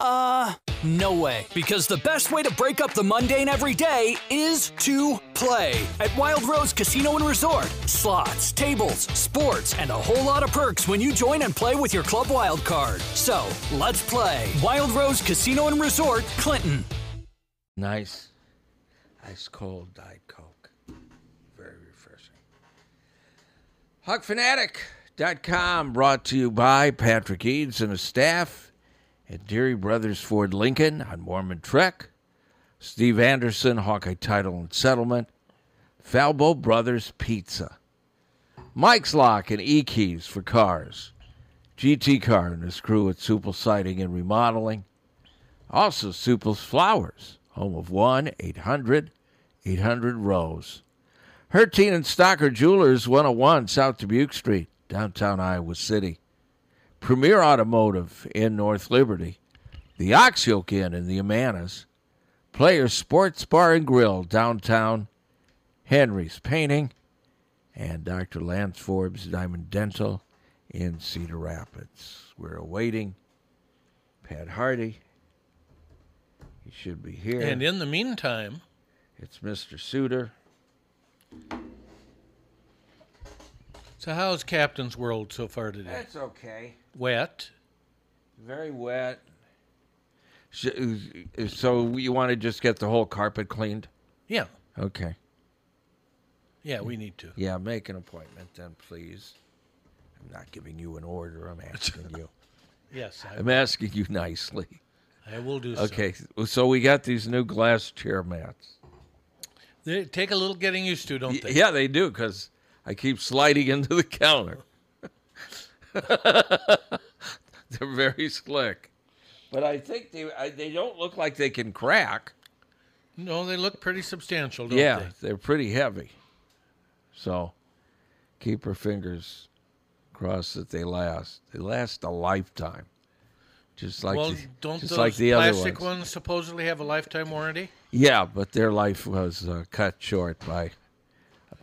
Uh, no way. Because the best way to break up the mundane every day is to play at Wild Rose Casino and Resort. Slots, tables, sports, and a whole lot of perks when you join and play with your Club Wild card. So, let's play Wild Rose Casino and Resort, Clinton. Nice, ice cold Diet Coke. Very refreshing. HuckFanatic.com brought to you by Patrick Eads and his staff at Deary Brothers Ford Lincoln on Mormon Trek, Steve Anderson, Hawkeye Title and Settlement, Falbo Brothers Pizza, Mike's Lock and E Keys for cars, GT Car and his crew at Supple Siding and Remodeling, also Supple's Flowers, home of 1 800 800 Rose. Hertine and Stocker Jewelers, 101 South Dubuque Street, downtown Iowa City. Premier Automotive in North Liberty, the Oxyoke Inn in the Amanas, Players Sports Bar and Grill downtown, Henry's Painting, and Dr. Lance Forbes Diamond Dental in Cedar Rapids. We're awaiting Pat Hardy. He should be here. And in the meantime, it's Mr. Suter. so how's Captain's World so far today? That's okay. Wet. Very wet. Sh- So you want to just get the whole carpet cleaned? Yeah. Okay. Yeah, we need to. Yeah, make an appointment then, please. I'm not giving you an order. I'm asking you. Yes, I'm asking you nicely. I, I will do so. Okay. So we got these new glass chair mats. They take a little getting used to, don't Y- they? Yeah, they do because I keep sliding into the counter. They're very slick, but I think they I, they don't look like they can crack. No, they look pretty substantial, don't yeah, they? they're pretty heavy. So keep your fingers crossed that they last. They last a lifetime. Just like well, the, don't just those like the other plastic ones. ones supposedly have a lifetime warranty? Yeah, but their life was uh, cut short by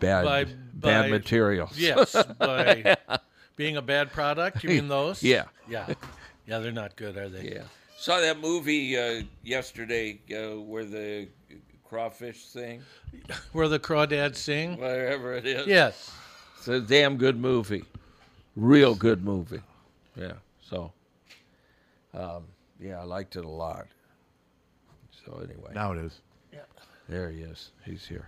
bad By- Uh, bad by- materials. Yes, by being a bad product. You mean those? Yeah. Yeah. Yeah, they're not good, are they? Yeah. Saw that movie uh, yesterday uh, where the crawfish thing, Where the crawdads sing? whatever it is. Yes. It's a damn good movie. Real good movie. Yeah. So, um, yeah, I liked it a lot. So, anyway, Now it is. there he is. He's here.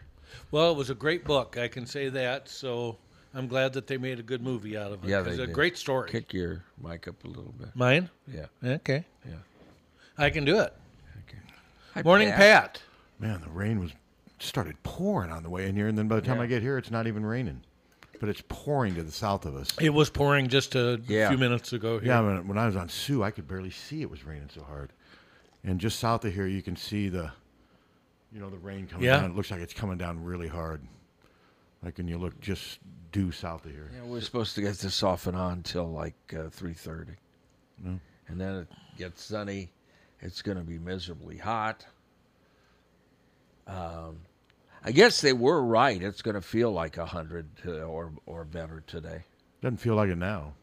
Well, it was a great book. I can say that. So I'm glad that they made a good movie out of it. Yeah, 'cause they It's a did. great story. Kick your mic up a little bit. Mine? Yeah. Okay. Yeah. I can do it. Okay. Hi, Morning, Pat. Man, the rain was started pouring on the way in here, and then by the time I get here, it's not even raining, but it's pouring to the south of us. It was pouring just a Yeah. few minutes ago here. Yeah, when, when I was on Sioux, I could barely see it was raining so hard. And just south of here, you can see the, you know, the rain coming Yeah. down. It looks like it's coming down really hard. Like when you look just due south of here. Yeah, we're supposed to get this off and on till like uh, three thirty, and then it gets sunny. It's going to be miserably hot. Um, I guess they were right. It's going to feel like hundred uh, or or better today. Doesn't feel like it now.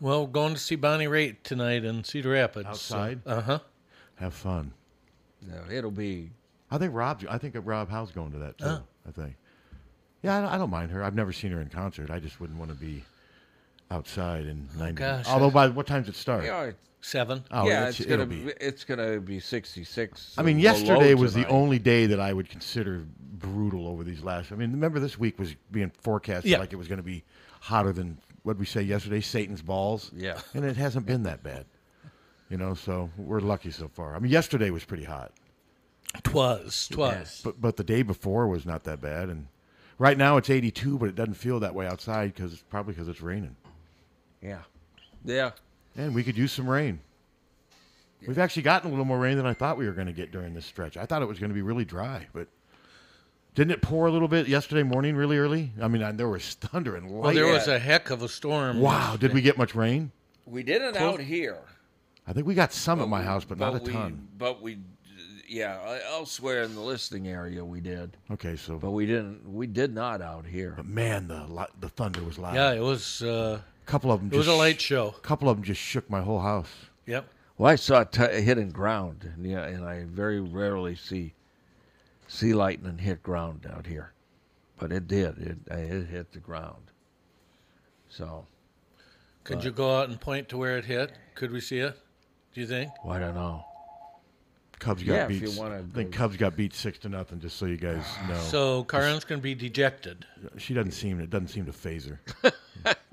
Well, going to see Bonnie Raitt tonight in Cedar Rapids. Outside? Uh huh. Have fun. No, it'll be I think Rob's. I think Rob Howe's going to that too. I think. Yeah, I don't, I don't mind her. I've never seen her in concert. I just wouldn't want to be outside in 90. gosh. Although, by what time's it start? Yeah, Seven. Oh, yeah, it's- it's, gonna it'll be it's gonna be sixty six. I mean, yesterday was the only day that I would consider brutal over these last. I mean, remember this week was being forecasted Yeah. like it was going to be hotter than what we say yesterday, Satan's balls. Yeah. and it hasn't been that bad. You know, so we're lucky so far. I mean, yesterday was pretty hot, Twas. Twas. but but the day before was not that bad, and right now it's 82, but it doesn't feel that way outside because it's probably because it's raining, Yeah, yeah. and we could use some rain. We've actually gotten a little more rain than I thought we were going to get during this stretch. I thought it was going to be really dry, but didn't it pour a little bit yesterday morning, really early? I mean, I, there was thunder and Well, lightning. there yeah. was a heck of a storm. wow, did we get much rain? We did it out here, I think we got some at my house, but, not a we, ton. But we, yeah, elsewhere in the listing area we did, Okay, so but we didn't. We did not out here. but man, the lo- the thunder was loud. Yeah, it was. Uh, a couple of them. it was just, a light show. A couple of them just shook my whole house. Yep. Well, I saw t- hidden ground, and, yeah, and I very rarely see see lightning hit ground out here, but it did. It uh, it hit the ground. So Could you go out and point to where it hit? Could we see it? Do you think? well, I don't know. Cubs got Yeah, if beat. you wanna I think go- Cubs got beat six to nothing. Just so you guys know, So Karen's going to be dejected. she doesn't seem. It doesn't seem to phase her.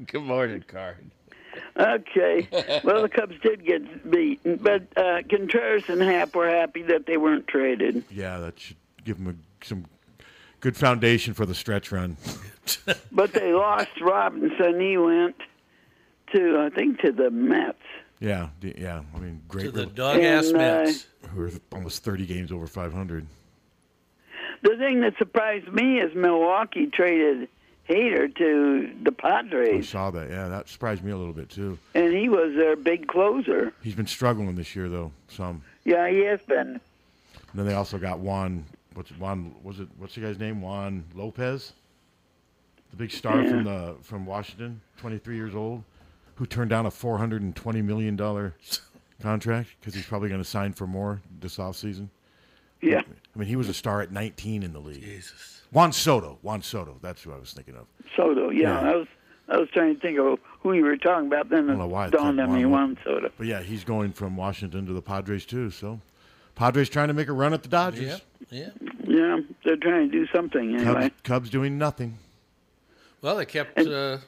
Good morning, Card. Okay. Well, the Cubs did get beaten, but uh, Contreras and Hap were happy that they weren't traded. Yeah, that should give them a, some good foundation for the stretch run. But they lost Robinson. He went to, I think, to the Mets. Yeah, d- yeah. I mean, To great. the we dog ass And, uh, Mets. we're almost 30 games over 500. The thing that surprised me is Milwaukee traded Hader to the I Padres, saw that. Yeah, that surprised me a little bit too. and he was their big closer. He's been struggling this year though. Some. Yeah, he has been. And then they also got Juan. What's Juan? Was it what's the guy's name? Juan Lopez, the big star from the from Washington, 23 years old, who turned down a 420 million dollar contract because he's probably going to sign for more this offseason. Yeah. I mean, he was a star at 19 in the league. Jesus. Juan Soto. Juan Soto. That's who I was thinking of. Soto. Yeah, Yeah. I was I was trying to think of who you were talking about. Then don't know why I it dawned thought on me Juan- one Soto. But yeah, he's going from Washington to the Padres too. So, Padres trying to make a run at the Dodgers. Yep. Yeah. Yeah, they're trying to do something Cubs, anyway. Cubs doing nothing. Well, they kept. Uh,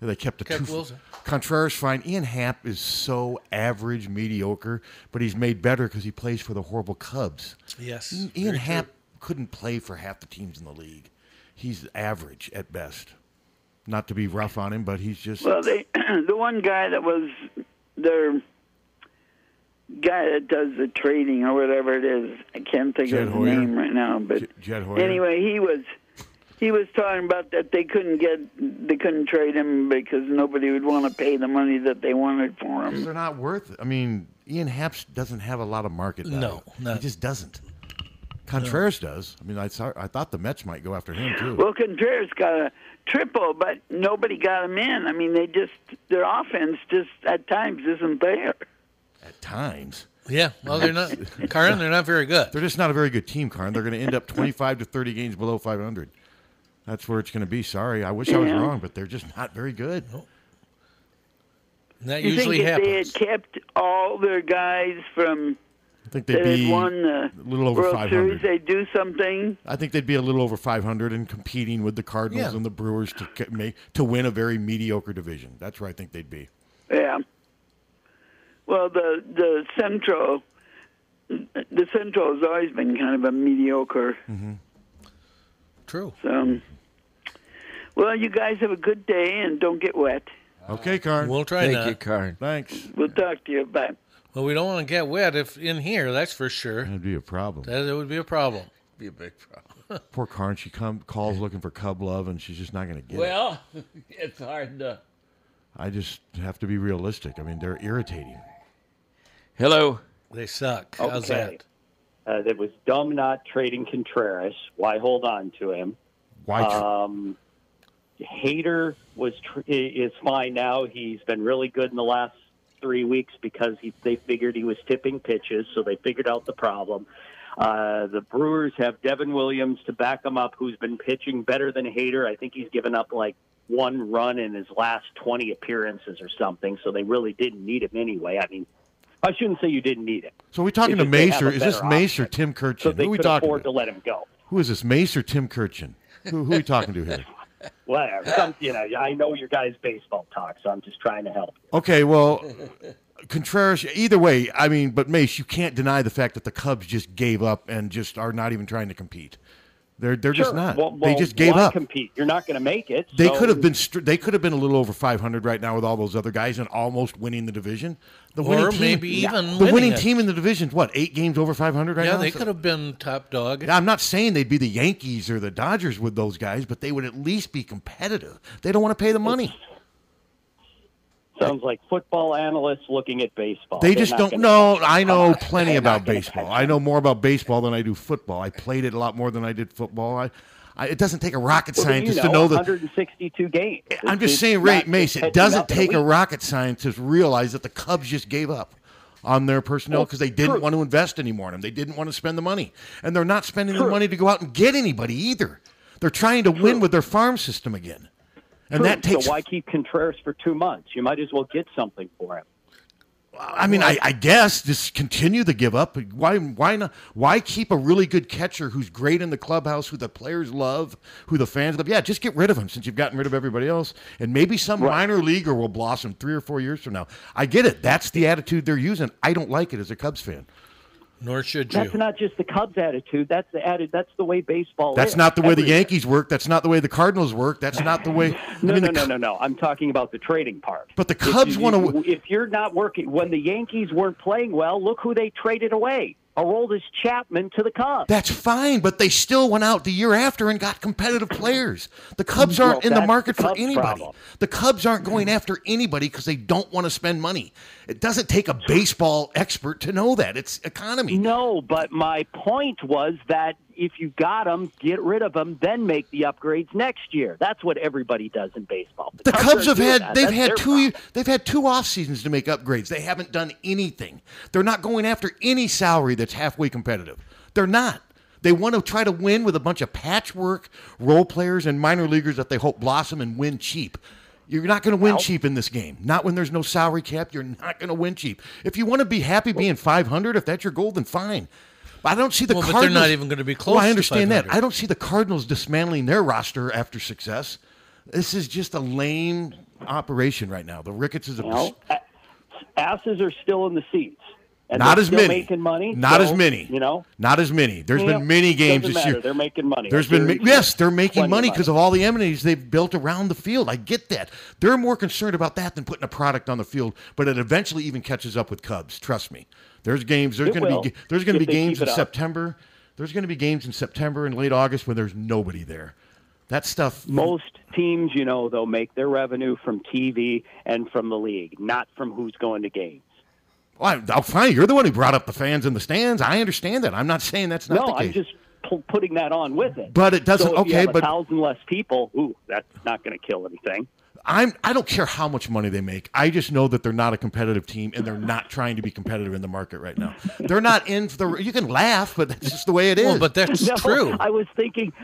They kept a Kept two. Wilson. Contreras fine. Ian Happ is so average, mediocre, but he's made better because he plays for the horrible Cubs. yes. Ian Happ couldn't play for half the teams in the league. He's average at best. Not to be rough on him, but he's just Well, they the one guy that was their guy that does the trading or whatever it is. I can't think Jed of his Hoyer? name right now, but J- Jed Hoyer? anyway, he was he was talking about that they couldn't get they couldn't trade him because nobody would want to pay the money that they wanted for him. they're not worth. I mean, Ian Happ doesn't have a lot of market. Value. No, not- he just doesn't. Contreras does. I mean, I saw, I thought the Mets might go after him too. Well, Contreras got a triple, but nobody got him in. I mean, they just their offense just at times isn't there. at times. Yeah. Well, they're not. Karen, they're not very good. They're just not a very good team, Karn. They're going to end up 25 to 30 games below 500. That's where it's going to be. Sorry, I wish I was Yeah. wrong, but they're just not very good. And that You usually think if happens. they had kept all their guys from I think that they'd had be won the a little over uh, World 500. Series, they do something. I think they'd be a little over 500 and competing with the Cardinals Yeah. and the Brewers to ca- make to win a very mediocre division. That's where I think they'd be. Yeah. Well, the the central, the central has always been kind of a mediocre. Mm-hmm. True. So, well, you guys have a good day and don't get wet. Okay, Karn. We'll try Thank not. you, Card. Thanks. We'll talk to you. Bye. Well, we don't want to get wet if in here. That's for sure. That'd be a problem. That, that would be a problem. Be a big problem. Poor Karn. She come calls looking for Cub love, and she's just not going to get it. Well, it's hard to. I just have to be realistic. I mean, they're irritating. Hello. They suck. Oh, How's Okay. that? Uh, that was dumb not trading Contreras. Why hold on to him? Why? tr- Um, Hater was tr- i- is fine now. He's been really good in the last three weeks because he, they figured he was tipping pitches, so they figured out the problem. Uh, the Brewers have Devin Williams to back him up, who's been pitching better than Hader. I think he's given up like one run in his last 20 appearances or something, so they really didn't need him anyway. I mean, I shouldn't say you didn't need him. So are we talking It's to just they Mace have or a is this better Mace or option. Tim Kirchin? So they who are we could talking afford to? to let him go. Who is this, Mace or Tim Kirchin? Who, who are we talking to here? Whatever. Some, you know, I know your guys' baseball talk, so I'm just trying to help. Okay, well, Contreras. Either way, I mean, but Mace, you can't deny the fact that the Cubs just gave up and just are not even trying to compete. They're they're just Sure. not. Well- they well, just gave why up. Compete. You're not going to make it. They so- could have been str- they could have been a little over 500 right now with all those other guys and almost winning the division. The Or winning team, maybe even the winning winning it. team in the division. What eight games over 500 right yeah, now? they So- could have been top dog. I'm not saying they'd be the Yankees or the Dodgers with those guys, but they would at least be competitive. They don't want to pay the money. Sounds like football analysts looking at baseball. They They're just not don't gonna- know. I know plenty they're not about gonna baseball. I know more about baseball than I do football. I played it a lot more than I did football. I, I it doesn't take a rocket Well, scientist you to know that 162 games. I'm It's- just it's saying, Ray not Mace, just it doesn't catching up in take a week. rocket scientist to realize that the Cubs just gave up on their personnel Well, because they didn't true. want to invest anymore in them. They didn't want to spend the money. And they're not spending the True. money to go out and get anybody either. They're trying to win with their farm system again. And that True. takes, So why keep Contreras for two months? You might as well get something for him. I mean, I, I guess just continue to give up. Why, why not? Why keep a really good catcher who's great in the clubhouse, who the players love, who the fans love? Yeah, just get rid of him since you've gotten rid of everybody else, and maybe some minor leaguer will blossom three or four years from now. I get it. That's the attitude they're using. I don't like it as a Cubs fan. Nor should you. That's not just the Cubs' attitude. That's the added. That's the way baseball. That's is. not the way the Everywhere. Yankees work. That's not the way the Cardinals work. That's not the way. No, I mean, no, the no, Cu- no, no. I'm talking about the trading part. But the If you- Cubs wanna- you- If you're not working, when the Yankees weren't playing well, look who they traded away: Aroldis Chapman to the Cubs. That's fine, but they still went out the year after and got competitive players. The Cubs Well, aren't in the that's market the for Cubs' anybody. problem. The Cubs aren't going after anybody because they don't want to spend money. It doesn't take a baseball expert to know that. It's economy. No, but my point was that if you got them, get rid of them, then make the upgrades next year. That's what everybody does in baseball. The Cubs have don't do had Uh, that. they've That's had their two year, problem. they've had two off seasons to make upgrades. They haven't done anything. They're not going after any salary that's halfway competitive. They're not. They want to try to win with a bunch of patchwork role players and minor leaguers that they hope blossom and win cheap. You're not going to win cheap in this game. Not when there's no salary cap. You're not going to win cheap. If you want to be happy being 500, if that's your goal, then fine. But I don't see the Well, but they're Cardinals. not even gonna be Well, close I to understand that. 500. I don't see the Cardinals dismantling their roster after success. This is just a lame operation right now. The Ricketts is a You know, a- asses are still in the seats. And not they're as still many making money. Not so, as many. You know, not as many. There's Yeah, been many games doesn't this matter. year. They're making money. There's been There's yes, they're making plenty of money money. because of all the amenities they've built around the field. I get that. They're more concerned about that than putting a product on the field, but it eventually even catches up with Cubs. Trust me. There's games. There's It going will, to be there's going to if be they keep games in it up. September. There's going to be games in September and late August when there's nobody there. That stuff. most teams, you know, they'll make their revenue from TV and from the league, not from who's going to games. Well, I- I'll find you're the one who brought up the fans in the stands. I understand that. I'm not saying that's not no, the case. I'm just pu- putting that on with it. But it doesn't- So if you okay, have a but- thousand less people. Ooh, that's not going to kill anything. I'm I don't care how much money they make. I just know that they're not a competitive team and they're not trying to be competitive in the market right now. They're not in for the you can laugh, but that's just the way it is. well, but that's No, true. I was thinking,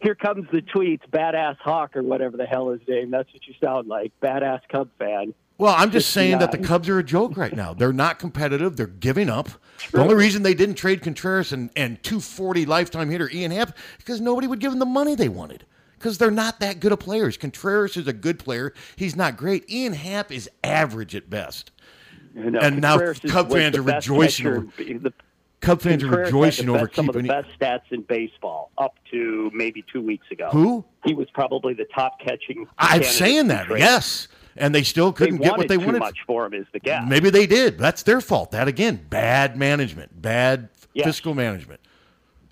here comes the tweets, badass hawk or whatever the hell his name. That's what you sound like, badass Cub fan. Well, I'm just saying that the 59. Cubs are a joke right now. They're not competitive. They're giving up. The only reason they didn't trade Contreras and, and 240 lifetime hitter Ian Happ because nobody would give them the money they wanted. Because they're not that good of players. Contreras is a good player. He's not great. Ian Happ is average at best. You know, And now Contreras is- Cub was fans the are best rejoicing catcher over- in- the- Cub fans are Contreras had the rejoicing over best- some of the keeping. best stats in baseball up to maybe two weeks ago. Who? He was probably the top catching. I'm candidate saying for that, trade. yes. And they still They couldn't get what wanted they too wanted. much for him is the gap. Maybe they did. That's their fault. That again, bad management, bad f- Yes. fiscal management.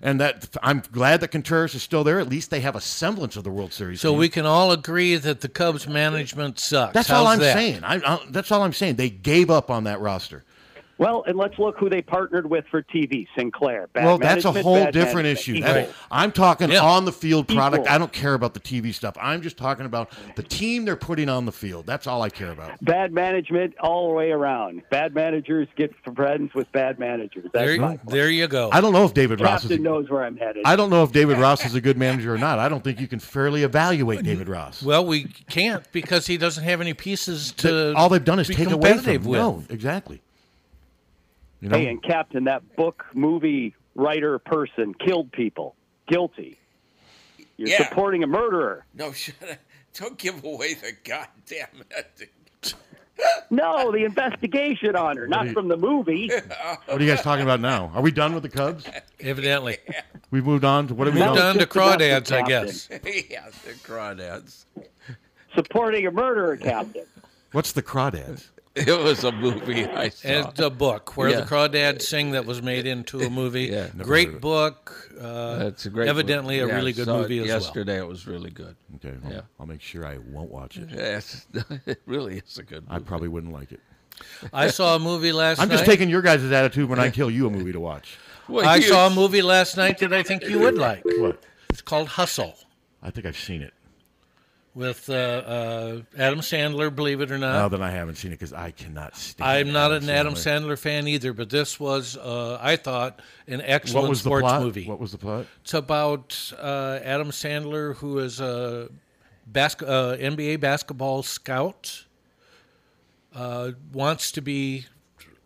And that I'm glad that Contreras is still there. At least they have a semblance of the World Series. So team. we can all agree that the Cubs management sucks. That's How's all I'm that? saying. I, I, that's all I'm saying. They gave up on that roster. Well, and let's look who they partnered with for TV, Sinclair. Bad well, that's a management, whole bad different management. issue. Equal. That's- I'm talking on the field product. Equal. I don't care about the TV stuff. I'm just talking about the team they're putting on the field. That's all I care about. Bad management all the way around. Bad managers get friends with bad managers. That's There, my point. there Oh. you go. I don't know if David Ross is. Captain knows where I'm headed. I don't know if David Ross is a good manager or not. I don't think you can fairly evaluate David Ross. Well, we can't because he doesn't have any pieces to. all they've done is be take away from competitive him. with. No, exactly. You know, Hey, and Captain, that book, movie, writer, person killed people. Guilty. You're Yeah. supporting a murderer. No, shut up. Don't give away the goddamn ending. No, the investigation on her, not from the movie. what are you guys talking about now? Are we done with the Cubs? Evidently, We moved on to what are we No. on? moved on to just about the crawdads, I captain. guess. yeah, the crawdads. supporting a murderer, Captain. What's the crawdads? It was a movie I saw. And the book where Yeah. the crawdads sing that was made into a movie. Yeah. great book. Uh, That's a great. Evidently, movie. a Yeah, really I good saw it movie as well. yesterday. It was really good. Okay, well, Yeah. I'll make sure I won't watch it. Yes, it really is a good I movie. probably wouldn't like it. I saw a movie last I'm night. just taking your guys' attitude when I kill you a movie to watch. Well, I you- saw a movie last night that I think you would like. What? It's called Hustle I think I've seen it. with uh, uh, Adam Sandler. Believe it or not, Now that I haven't seen it, because I cannot stand. I'm not an Adam Sandler fan either, but this was, uh, I thought, an excellent What was the sports plot? movie. What was the plot? It's about uh, Adam Sandler, who is a basket, uh, NBA basketball scout, uh, wants to be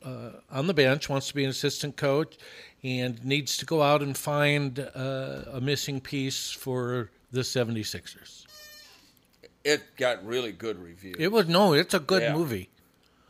uh, on the bench, wants to be an assistant coach, and needs to go out and find uh, a missing piece for the 76ers. It got really good reviews. It was, no, it's a good Yeah. movie.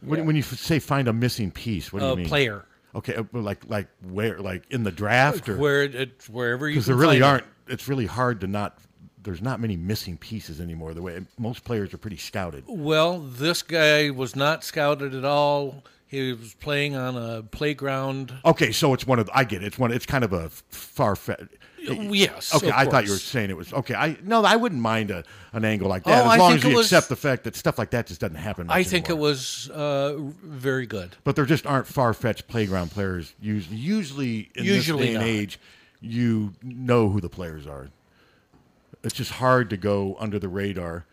When, when you f- say find a missing piece, what do A you mean? player. Okay, uh, like like where like in the draft or Where it, wherever you because can there really find it. aren't. It's really hard to not. There's not many missing pieces anymore. The way most players are pretty scouted. Well, this guy was not scouted at all. He was playing on a playground. Okay, so it's one of. I get it. It's one. It's kind of a far fetched. Uh, Yes. Okay, of I thought you were course. saying it was okay. I no, I wouldn't mind a, an angle like that as Oh, I long think as you it was- accept the fact that stuff like that just doesn't happen. I much think it anymore. was uh, very good. but there just aren't far fetched playground players. Usually, usually in Usually this day and not. age, you know who the players are. It's just hard to go under the radar.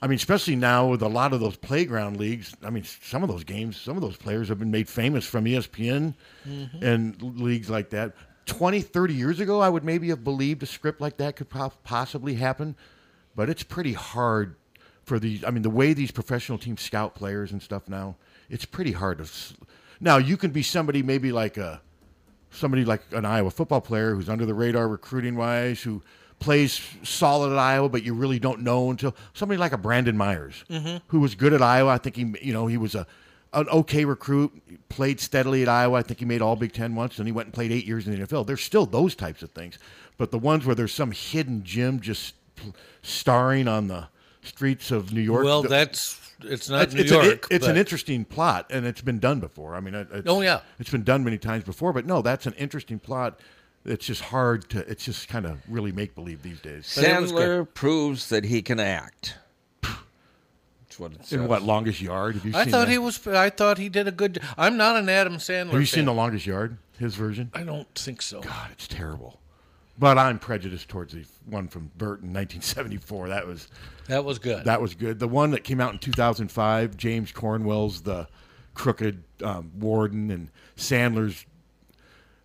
I mean, especially now with a lot of those playground leagues. I mean, some of those games, some of those players have been made famous from E ESPN Mm-hmm. and l- leagues like that. 20, 30 years ago, I would maybe have believed a script like that could po- possibly happen, but it's pretty hard for these. I mean, the way these professional teams scout players and stuff now, it's pretty hard to. s- Now, you can be somebody maybe like a somebody like an Iowa football player who's under the radar recruiting wise, who plays solid at Iowa, but you really don't know until somebody like a Brandon Myers, Mm-hmm. who was good at Iowa. I think he, you know, he was a an okay recruit, played steadily at Iowa. I think he made all Big Ten once, and he went and played eight years in the NFL. There's still those types of things, but the ones where there's some hidden gem just pl- starring on the streets of New York. Well, th- that's it's not it's, New it's an- York. it's an but- interesting plot, and it's been done before. I mean, it- it's, Oh, yeah. it's been done many times before. But no, that's an interesting plot. It's just hard to. It's just kind of really make believe these days. But it was Sandler proves that he can act. That's what it says. In what longest yard? Have you I seen? thought that? he was. I thought he did a good. I'm not an Adam Sandler. Have you seen fan. the longest yard? His version. I don't think so. God, it's terrible. But I'm prejudiced towards the one from Burton, 1974. That was That was good. that was good. The one that came out in 2005, James Cornwell's the crooked um, warden and Sandler's.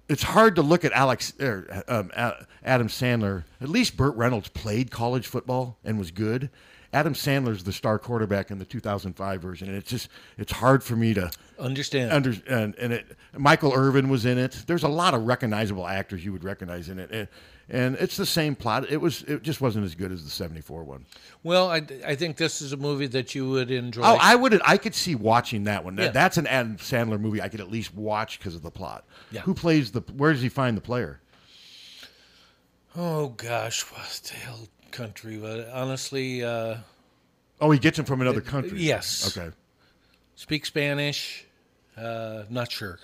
It's hard to look at Alex er, um, A- Adam Sandler. At least Burt Reynolds played college football and was good. Adam Sandler's the star quarterback in the 2005 version, and it's just it's hard for me to Understand? under and, and it Michael Irvin was in it. There's a lot of recognizable actors you would recognize in it, and, and it's the same plot. It was it just wasn't as good as the '74 one. well, I, I think this is a movie that you would enjoy. Oh, I would. I could see watching that one. That- Yeah. That's an Adam Sandler movie I could at least watch because of the plot. Yeah. Who plays the? Where does he find the player? oh gosh, what the hell country? was it? Honestly, uh, Oh, he gets him from another country. yes. Okay. speak Spanish. Uh, not sure.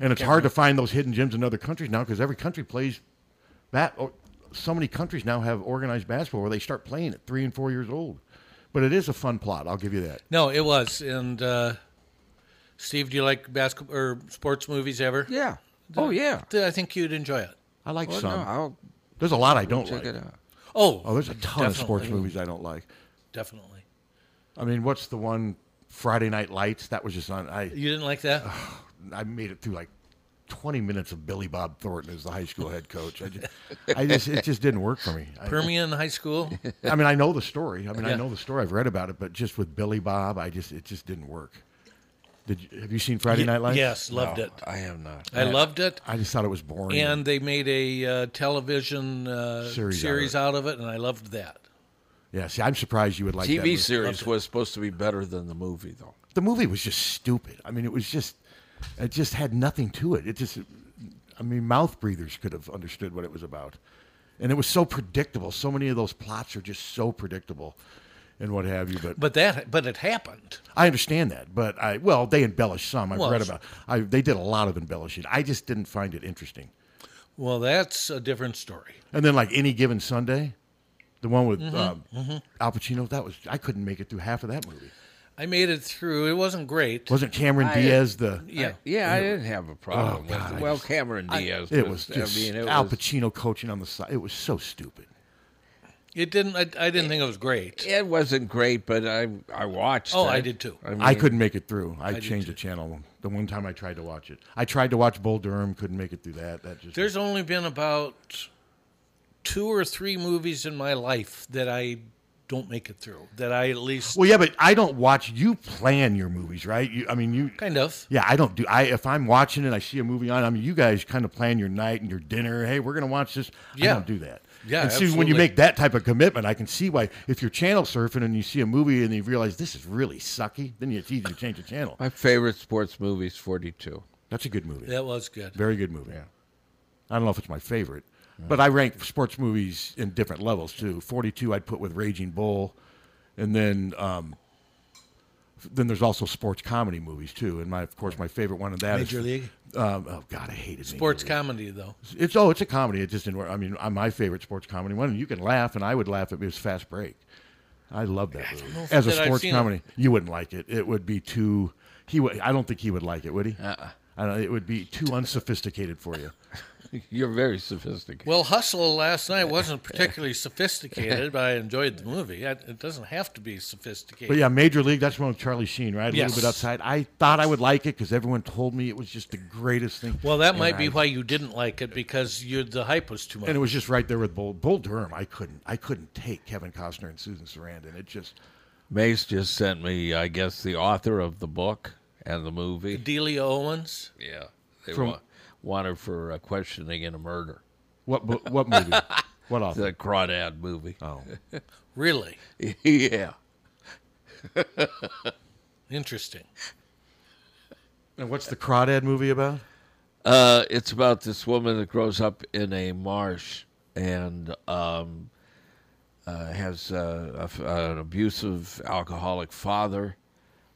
And it's hard to find those hidden gems in other countries now because every country plays bat. Oh, so many countries now have organized basketball where they start playing at three and four years old. But it is a fun plot. I'll give you that. No, it was, and uh, Steve, do you like basketball or sports movies ever? Yeah. Oh yeah. Th- I think you'd enjoy it. I like Well, no, some. I'll there's a lot I don't check like. it out. Oh, Oh, there's a ton of sports Definitely. movies I don't like. definitely. I mean, what's the one Friday Night Lights? That was just on. I You didn't like that? I made it through like 20 minutes of Billy Bob Thornton as the high school head coach. I just, I just it just didn't work for me. I, Permian High School. I mean, I know the story. I mean, Yeah. I know the story. I've read about it, but just with Billy Bob, I just it just didn't work. Did you, have you seen Friday Night Lights? yes, loved it. I have not. I loved it. I just thought it was boring. And they made a uh, television uh, Series out series, of it. out of it, and I loved that. yeah, see, I'm surprised you would like that TV movie. series was supposed to be better than the movie, though. the movie was just stupid. I mean, it was just, it just had nothing to it. It just, I mean, mouth breathers could have understood what it was about, and it was so predictable. So many of those plots are just so predictable, and what have you. But, But that, but it happened. I understand that. But I, well, they embellished some. I've Well, read it's- about. I they did a lot of embellishing. I just didn't find it interesting. Well, that's a different story. And then like any given Sunday, the one with um, Al Pacino, that was I couldn't make it through half of that movie. I made it through. It wasn't great. Wasn't Cameron Diaz the? yeah, uh, Yeah, I didn't have a problem with oh, God, it. I Well, just- Cameron Diaz. It was just I mean, it Al was- Pacino coaching on the side. It was so stupid. it didn't. I, I didn't think it was great. It wasn't great, but I I watched. Oh, it. I did too. I couldn't make it through. I, changed the channel the one time I tried to watch it. I tried to watch Bull Durham, couldn't make it through that. That just There's only been about two or three movies in my life that I don't make it through. That I at least well, yeah, but I don't watch. You plan your movies, right? You, I mean, you. kind of. Yeah, I don't do. I if I'm watching it, I see a movie on. I mean, you guys kind of plan your night and your dinner. Hey, we're gonna watch this. Yeah. I don't do that. Yeah, and see, when you absolutely. make that type of commitment, I can see why. If you're channel surfing and you see a movie and you realize this is really sucky, then it's easy to change the channel. My favorite sports movie is 42. That's a good movie. That was good. Very good movie. I don't know if it's my favorite, but I rank sports movies in different levels too. Forty two, I'd put with Raging Bull, and then um, then there's also sports comedy movies too. And my, of course, my favorite one of that is- Major League? Um, oh God, I hated Major Sports League. comedy though. It's oh, it's a comedy. It just didn't work. I mean, uh, my favorite sports comedy one. And you can laugh, and I would laugh at it was Fast Break. I love that movie if as a that I've sports seen it. comedy. You wouldn't like it. It would be too. He would. I don't think he would like it. Would he? Uh-uh. I don't, it would be too unsophisticated for you. You're very sophisticated. Well, Hustle last night wasn't particularly sophisticated, but I enjoyed the movie. I, it doesn't have to be sophisticated. But yeah, Major League. That's one with Charlie Sheen, right? A Yes. little bit outside. I thought I would like it because everyone told me it was just the greatest thing. Well, that might And be I- why you didn't like it because you the hype was too much. And it was just right there with Bull, Bull Durham. I couldn't. I couldn't take Kevin Costner and Susan Sarandon. It just. Mace just sent me, I guess, the author of the book and the movie. Delia Owens. Yeah, they From- wa- want her for uh, questioning in a murder. What bo- what movie? what author? The Crawdad movie. oh. Really yeah. interesting. And what's the Crawdad movie about? Uh, it's about this woman that grows up in a marsh and um, uh, has uh, a f an abusive alcoholic father,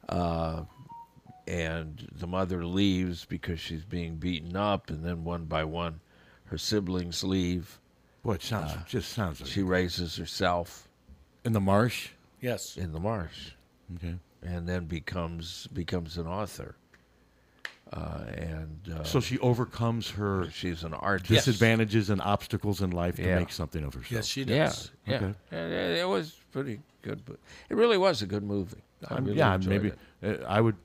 uh, and the mother leaves because she's being beaten up, and then one by one, her siblings leave. Uh, Boy, it sounds just sounds like She raises herself in the marsh. Yes. in the marsh, Okay. and then becomes becomes an author, uh, and uh, So she overcomes her she's an artist. disadvantages and obstacles in life to Yeah. make something of herself. Yes, she Yeah, does. yeah. Okay. And It, it was pretty good, but it really was a good movie. I I'm- really Um, yeah, enjoyed maybe it. uh, I would.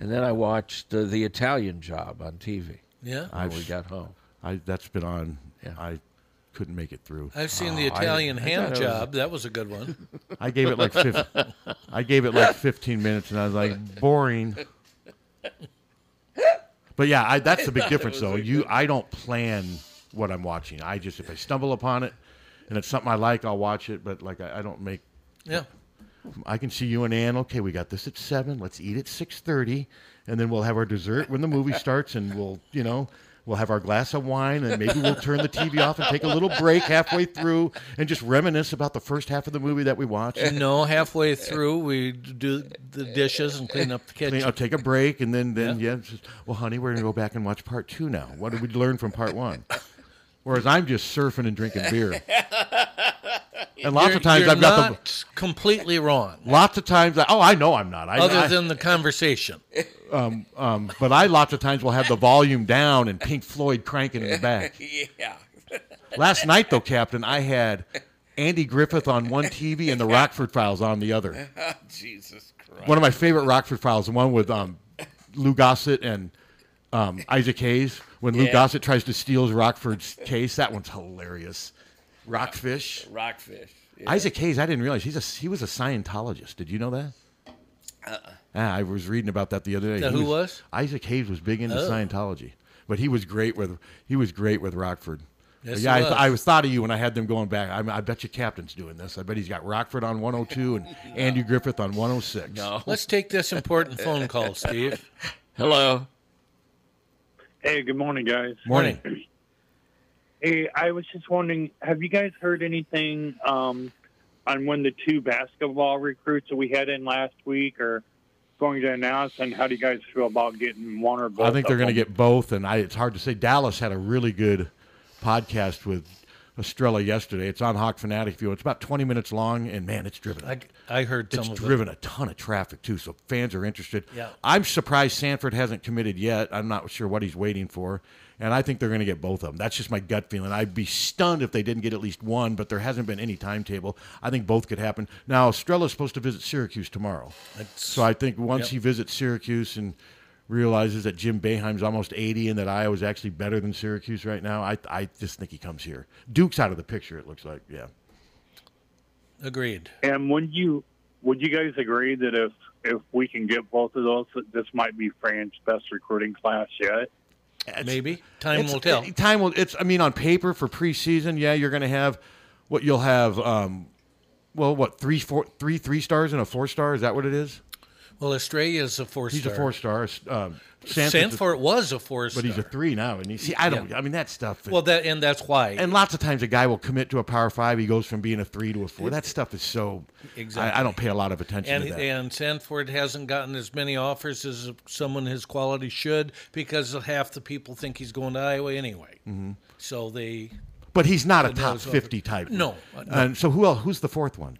And then I watched uh, the Italian Job on TV Yeah. I when we got home. I that's been on. Yeah. I couldn't make it through. I've seen Oh, the Italian I hand thought it was- job. that was a good one. I gave it like 15, I gave it like 15 minutes, and I was like, boring. But yeah, I, that's the big difference, though. You, I don't plan what I'm watching. I just if I stumble upon it, and it's something I like, I'll watch it. But like, I, I don't make. Yeah. I can see you and Ann. Okay, we got this at seven. Let's eat at six thirty, and then we'll have our dessert when the movie starts, and we'll, you know. We'll have our glass of wine, and maybe we'll turn the TV off and take a little break halfway through, and just reminisce about the first half of the movie that we watched. No, halfway through we do the dishes and clean up I the mean, kitchen. I'll oh, take a break, and then then yeah. it's just, well, honey, we're gonna go back and watch part two now. What did we learn from part one? Whereas I'm just surfing and drinking beer. And lots You're- of times you're I've got not completely wrong. the lots of times. I, oh, I know I'm not. I, other I- than the conversation. um, um, but I lots of times will have the volume down and Pink Floyd cranking in the back. yeah. Last night though, Captain, I had Andy Griffith on one TV and the Rockford Files on the other. Jesus Christ. One of my favorite Rockford Files, the one with um, Lou Gossett and um, Isaac Hayes. When Lou Yeah. Gossett tries to steal Rockford's case, that one's hilarious. Rockfish. Rockfish. Yeah. Isaac Hayes, I didn't realize he's a he was a Scientologist. Did you know that? Ah, I was reading about that the other day. That He Uh-uh. who was? Oh. Isaac Hayes was big into Scientology, but he was great with he was great with Rockford. Yes, yeah, he I, was. I was thought of you when I had them going back. I, I bet your captain's doing this. I bet he's got Rockford on 102 and Andy Griffith on 106. No. Let's take this important phone Uh, call, Steve. Hello. Hey, good morning, guys. Morning. Hey, I was just wondering, have you guys heard anything um, on when the two basketball recruits that we had in last week are going to announce, and how do you guys feel about getting one or both? I think they're going going to get both, and I, it's hard to say. Dallas had a really good podcast with Estrella yesterday. It's on Hawk Fanatic View. It's about 20 minutes long, and man, it's driven. I, I heard some it's of driven a ton of traffic too, so fans are interested. Yeah. I'm surprised Sanford hasn't committed yet. I'm not sure what he's waiting for, and I think they're going to get both of them. That's just my gut feeling. I'd be stunned if they didn't get at least one, but there hasn't been any timetable. I think both could happen. Now Estrella's supposed to visit Syracuse tomorrow, so I think once he visits Syracuse and realizes that Jim Beheim's almost 80 and that Iowa's actually better than Syracuse right now, I I just think he comes here. Duke's out of the picture. It looks like, yeah. the. Agreed. And would you would you guys agree that if if we can get both of those, that this might be Fran's best recruiting class yet? Maybe. Time It's- will tell. it- time will. It's. I mean, on paper for preseason, yeah, you're going to have what you'll have. Um, well, what three, four, three, three stars and a four star? Is that what it is? well, Australia is a four He's star. a four star. Um, Sanford's a- Sanford was a four star. but he's a three now, and he. See, I don't. I mean, that stuff. Well, that and that's why. and lots of times a guy will commit to a power five. He goes from being a three to a four. That stuff is so. Exactly. I, I don't pay a lot of attention and, to that. and Sanford hasn't gotten as many offers as someone his quality should because half the people think he's going to Iowa anyway. So they Mm-hmm. but he's not a But no, top it's over. fifty type. Uh, No, uh, no. And so who else? Who's the fourth one?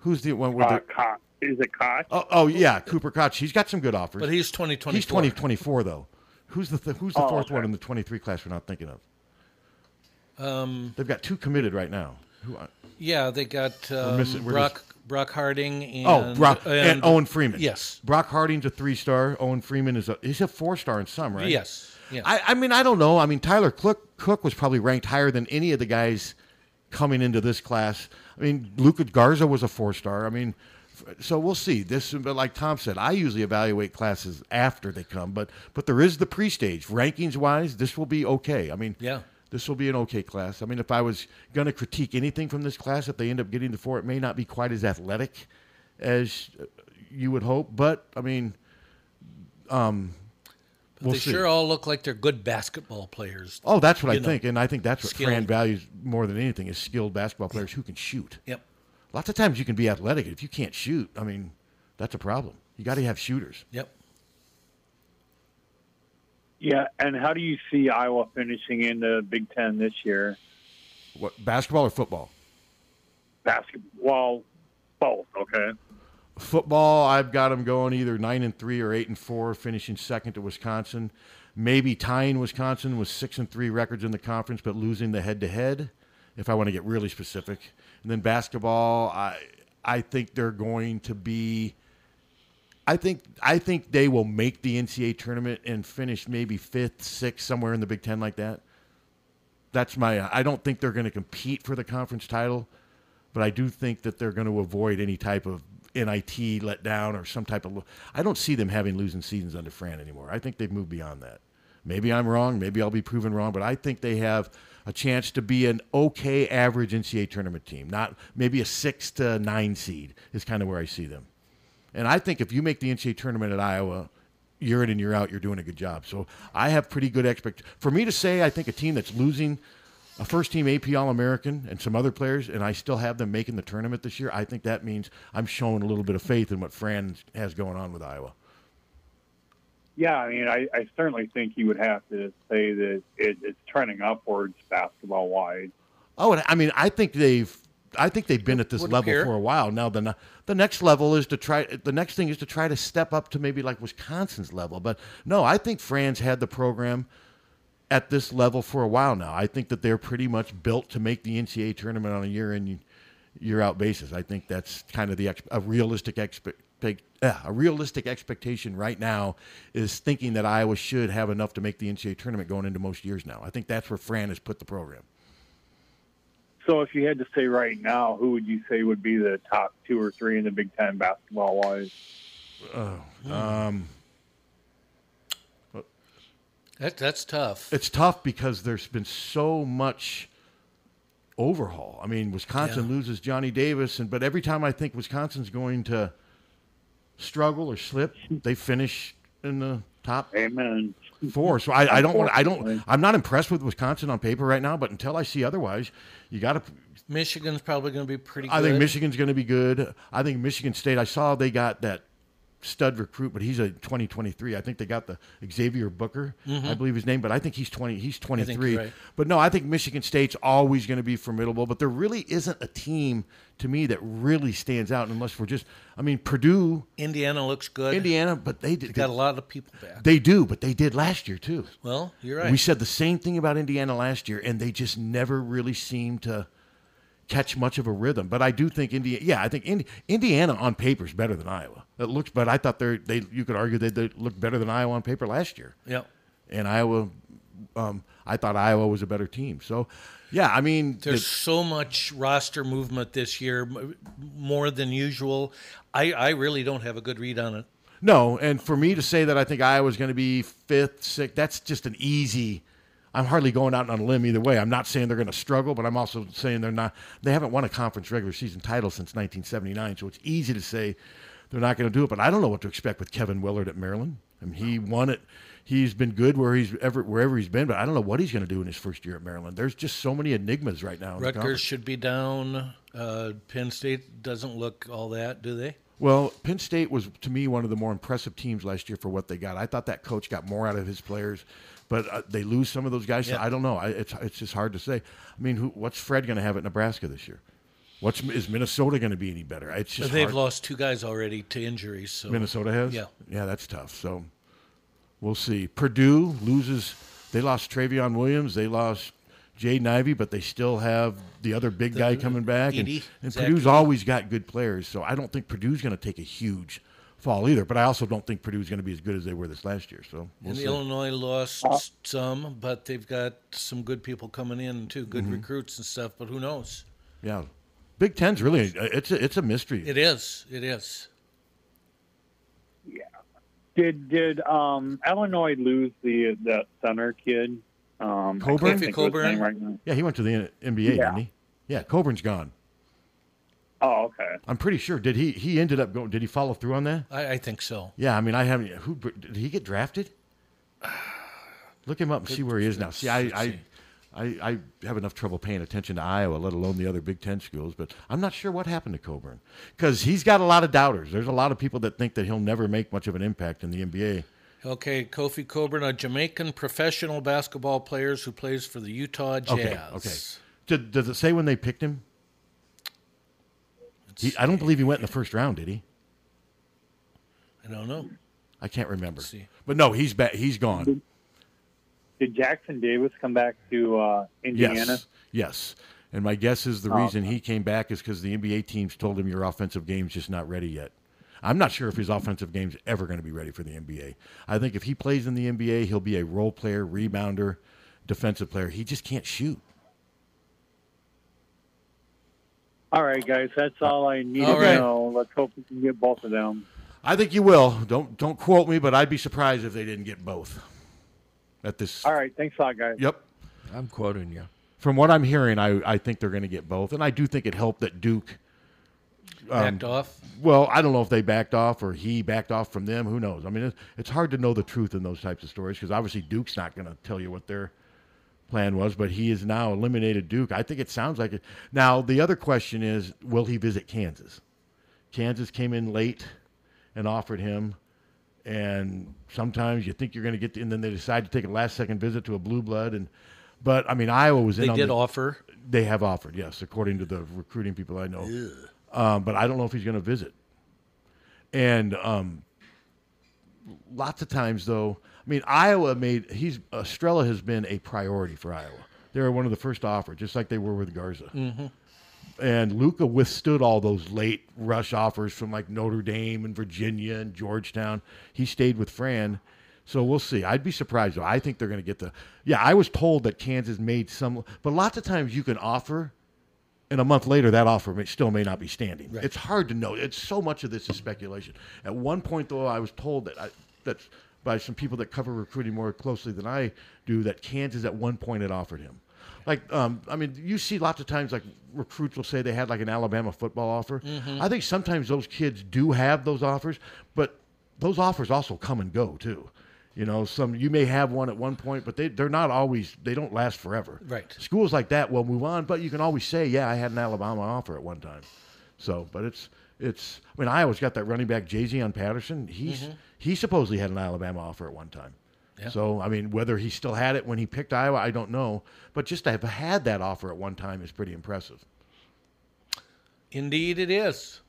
Who's the one? Where Uh, the, Cox. Is it Cox? oh, oh yeah, Cooper Koch. He's got some good offers. But he's 2024. He's 20, 24, though. Who's the th- who's the Oh, fourth okay. one in the 23 class we're not thinking of? Um, They've got two committed right now. Who are, Yeah, they got um, missing- we're Brock Brock Harding and oh, Brock and, Owen Freeman. Yes. Brock Harding's a three star. Owen Freeman is a he's a four star in some, right? Yes, yes. I, I mean, I don't know. I mean, Tyler Cook, Cook was probably ranked higher than any of the guys coming into this class. I mean, Luca Garza was a four star. I mean, f- so we'll see. This, but like Tom said, I usually evaluate classes after they come, but but there is the pre stage rankings wise. This will be okay. I mean, Yeah. This will be an okay class. I mean, if I was going to critique anything from this class, if they end up getting the four, it may not be quite as athletic as uh, you would hope. But I mean, um, But they see. sure all look like they're good basketball players. Oh, that's what you I know. think, and I think that's what Skilled. Fran values more than anything is skilled basketball players who can shoot. Yep. Lots of times you can be athletic if you can't shoot. I mean, that's a problem. You got to have shooters. Yep. Yeah. And how do you see Iowa finishing in the Big Ten this year? What basketball or football? Basketball, both. Okay. Football, I've got them going either nine and three or eight and four, finishing second to Wisconsin. Maybe tying Wisconsin with six and three records in the conference, but losing the head to head. If I want to get really specific, and then basketball, I I think they're going to be. I think I think they will make the NCAA tournament and finish maybe fifth, sixth, somewhere in the Big Ten like that. That's my. uh, I don't think they're going to compete for the conference title, but I do think that they're going to avoid any type of NIT letdown or some type of. lo- I don't see them having losing seasons under Fran anymore. I think they've moved beyond that. Maybe I'm wrong. Maybe I'll be proven wrong, but I think they have a chance to be an okay average NCAA tournament team. Not maybe a six to nine seed is kind of where I see them. And I think if you make the NCAA tournament at Iowa, year in and year out, you're doing a good job. So I have pretty good expect. For me to say, I think a team that's losing a first team AP All American and some other players, and I still have them making the tournament this year, I think that means I'm showing a little bit of faith in what Fran has going on with Iowa. Yeah, I mean, I, I certainly think you would have to say that it, it's trending upwards basketball wise. Oh, and I mean, I think they've I think they've been at this Wouldn't level care. for a while now. The ne- the next level is to try. The next thing is to try to step up to maybe like Wisconsin's level. But no, I think Fran's had the program at this level for a while now. I think that they're pretty much built to make the NCAA tournament on a year in year out basis. I think that's kind of the ex- a realistic expe- pe- uh, a realistic expectation right now is thinking that Iowa should have enough to make the NCAA tournament going into most years now. I think that's where Fran has put the program. So if you had to say right now, who would you say would be the top two or three in the Big Ten basketball wise? Oh, um, That, that's tough. It's tough because there's been so much overhaul. I mean, Wisconsin loses Johnny Davis, and but every time I think Wisconsin's going to struggle or slip, they finish in the top Amen. four. So I, I don't want I don't I'm not impressed with Wisconsin on paper right now, but until I see otherwise, you got to Michigan's probably going to be pretty. I good. think Michigan's going to be good. I think Michigan State. I saw they got that stud recruit, but he's a 2023. I think they got the Xavier Booker, Mhm. I believe his name, but I think he's 20. He's you're 23. right. But no, I think Michigan State's always going to be formidable. But there really isn't a team to me that really stands out unless we're just. I mean, Purdue, Indiana looks good. Indiana, but they did. got a lot of people back. They do, but they did last year too. Well, you're right. We said the same thing about Indiana last year, and they just never really seemed to catch much of a rhythm. But I do think Indiana. Yeah, I think Indi- Indiana on paper is better than Iowa. It looks, but I thought they they you could argue they, they looked better than Iowa on paper last year. Yep. And Iowa, um, I thought Iowa was a better team. So, yeah, I mean, There's the- so much roster movement this year, m- more than usual. I, I really don't have a good read on it. No, and for me to say that I think Iowa's going to be fifth, sixth, that's just an easy. I'm hardly going out on a limb either way. I'm not saying they're going to struggle, but I'm also saying they're not. They haven't won a conference regular season title since 1979, so it's easy to say they're not going to do it. But I don't know what to expect with Kevin Willard at Maryland. I mean, he won it. He's been good where he's ever wherever he's been, but I don't know what he's going to do in his first year at Maryland. There's just so many enigmas right now. in the Rutgers conference. should be down. Uh, Penn State doesn't look all that, do they? Well, Penn State was to me one of the more impressive teams last year for what they got. I thought that coach got more out of his players, but uh, they lose some of those guys. So Yeah. I don't know. I, it's it's just hard to say. I mean, who, what's Fred going to have at Nebraska this year? What's is Minnesota going to be any better? It's just They've hard. lost two guys already to injuries. So Minnesota has. Yeah. yeah, that's tough. So we'll see. Purdue loses. They lost Travion Williams. They lost Jay Ivey, but they still have the other big guy coming back. And, Edey, and Zach Purdue's Edey. always got good players, so I don't think Purdue's going to take a huge fall either. But I also don't think Purdue's going to be as good as they were this last year. So we'll and see. Illinois lost some, but they've got some good people coming in too, good Mhm. recruits and stuff. But who knows? yeah, Big Ten's really it's a, it's a mystery. It is. It is. Did did um, Illinois lose the that center kid? Um, I can't Coburn, think of his name Right now. Yeah, he went to the NBA, Yeah. didn't he? Yeah, Coburn's gone. Oh, okay. I'm pretty sure. Did he? He ended up going. Did he follow through on that? I, I think so. Yeah, I mean, I haven't. Who did he get drafted? Look him up and see where he is now. See, I, I, I, I have enough trouble paying attention to Iowa, let alone the other Big Ten schools. But I'm not sure what happened to Coburn because he's got a lot of doubters. There's a lot of people that think that he'll never make much of an impact in the NBA. Okay, Kofi Coburn, a Jamaican professional basketball player who plays for the Utah Jazz. Okay, okay. Did, does it say when they picked him? He, I don't believe he went in the first round, did he? I don't know. I can't remember. Let's see. But no, he's ba- he's gone. Did Jackson Davis come back to uh, Indiana? Yes. Yes. And my guess is the Oh, reason he came back is because the NBA teams told him your offensive game's just not ready yet. I'm not sure if his offensive game's ever going to be ready for the NBA. I think if he plays in the NBA, he'll be a role player, rebounder, defensive player. He just can't shoot. All right, guys, that's all I need All to right. know. Let's hope we can get both of them. I think you will. Don't don't quote me, but I'd be surprised if they didn't get both. At this All right, thanks a lot, guys. Yep. I'm quoting you. From what I'm hearing, I, I think they're going to get both. And I do think it helped that Duke um, Backed off? Well, I don't know if they backed off or he backed off from them. Who knows? I mean, it's, it's hard to know the truth in those types of stories because obviously Duke's not going to tell you what their plan was, but he is now eliminated Duke. I think it sounds like it. Now, the other question is will he visit Kansas? Kansas came in late and offered him. And sometimes you think you're going to get, the, and then they decide to take a last second visit to a blue blood. And But I mean, Iowa was in. They on did the- offer. They have offered, yes, according to the recruiting people I know. Um, but I don't know if he's going to visit. And um, lots of times, though, I mean, Iowa made he's Estrella has been a priority for Iowa. They were one of the first to offer, just like they were with Garza Mhm. and Luca withstood all those late rush offers from like Notre Dame and Virginia and Georgetown. He stayed with Fran, so we'll see. I'd be surprised though. I think they're going to get the. Yeah, I was told that Kansas made some, but lots of times you can offer, and a month later that offer may, still may not be standing. Right. It's hard to know. It's so much of this is speculation. At one point though, I was told that I, that's by some people that cover recruiting more closely than I do that Kansas at one point had offered him. Like, um, I mean, you see lots of times, like, recruits will say they had, like, an Alabama football offer. Mhm. I think sometimes those kids do have those offers, but those offers also come and go, too. You know, some you may have one at one point, but they, they're not always, they don't last forever. Right. Schools like that will move on, but you can always say, yeah, I had an Alabama offer at one time. So, but it's, it's, I mean, Iowa's got that running back, Jay Z on Patterson. He's, Mhm. he supposedly had an Alabama offer at one time. Yeah. So I mean, whether he still had it when he picked Iowa, I don't know. But just to have had that offer at one time is pretty impressive. Indeed, it is.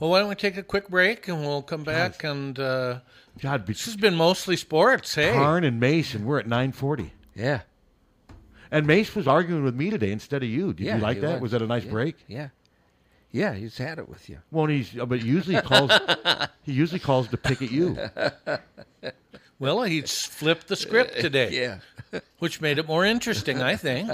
Well, why don't we take a quick break and we'll come back and uh, God, this has been mostly sports. Hey, Karn and Mace, and we're at nine forty. Yeah. And Mace was arguing with me today instead of you. Did Yeah, you like he that? Was. was. that a nice Yeah. break? Yeah. Yeah, he's had it with you. Well, he's uh, but usually he calls. he usually calls to pick at you. uh, well, he s- flipped the script today. Uh, yeah, which made it more interesting, I think.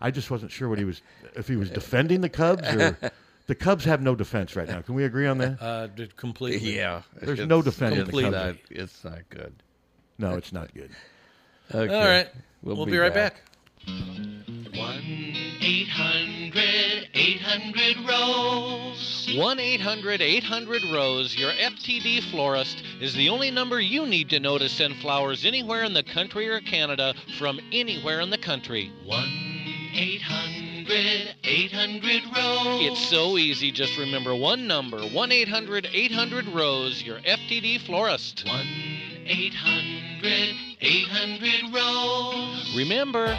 I just wasn't sure what he was if he was defending the Cubs or the Cubs have no defense right now. Can we agree on that? Uh, d- completely. Yeah. There's no It's- defense in the It's Cubs. not, it's not good. No, it's not good. Okay. All right, we'll, be, right back. 800 800 Rose. 1 800 800 Rose, your FTD florist, is the only number you need to know to send flowers anywhere in the country or Canada from anywhere in the country. 1 800 800 Rose. It's so easy. Just remember one number 1 800 800 Rose, your FTD florist. 1 800 800 Rose. Remember,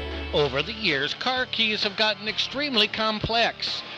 Over the years, car keys have gotten extremely complex.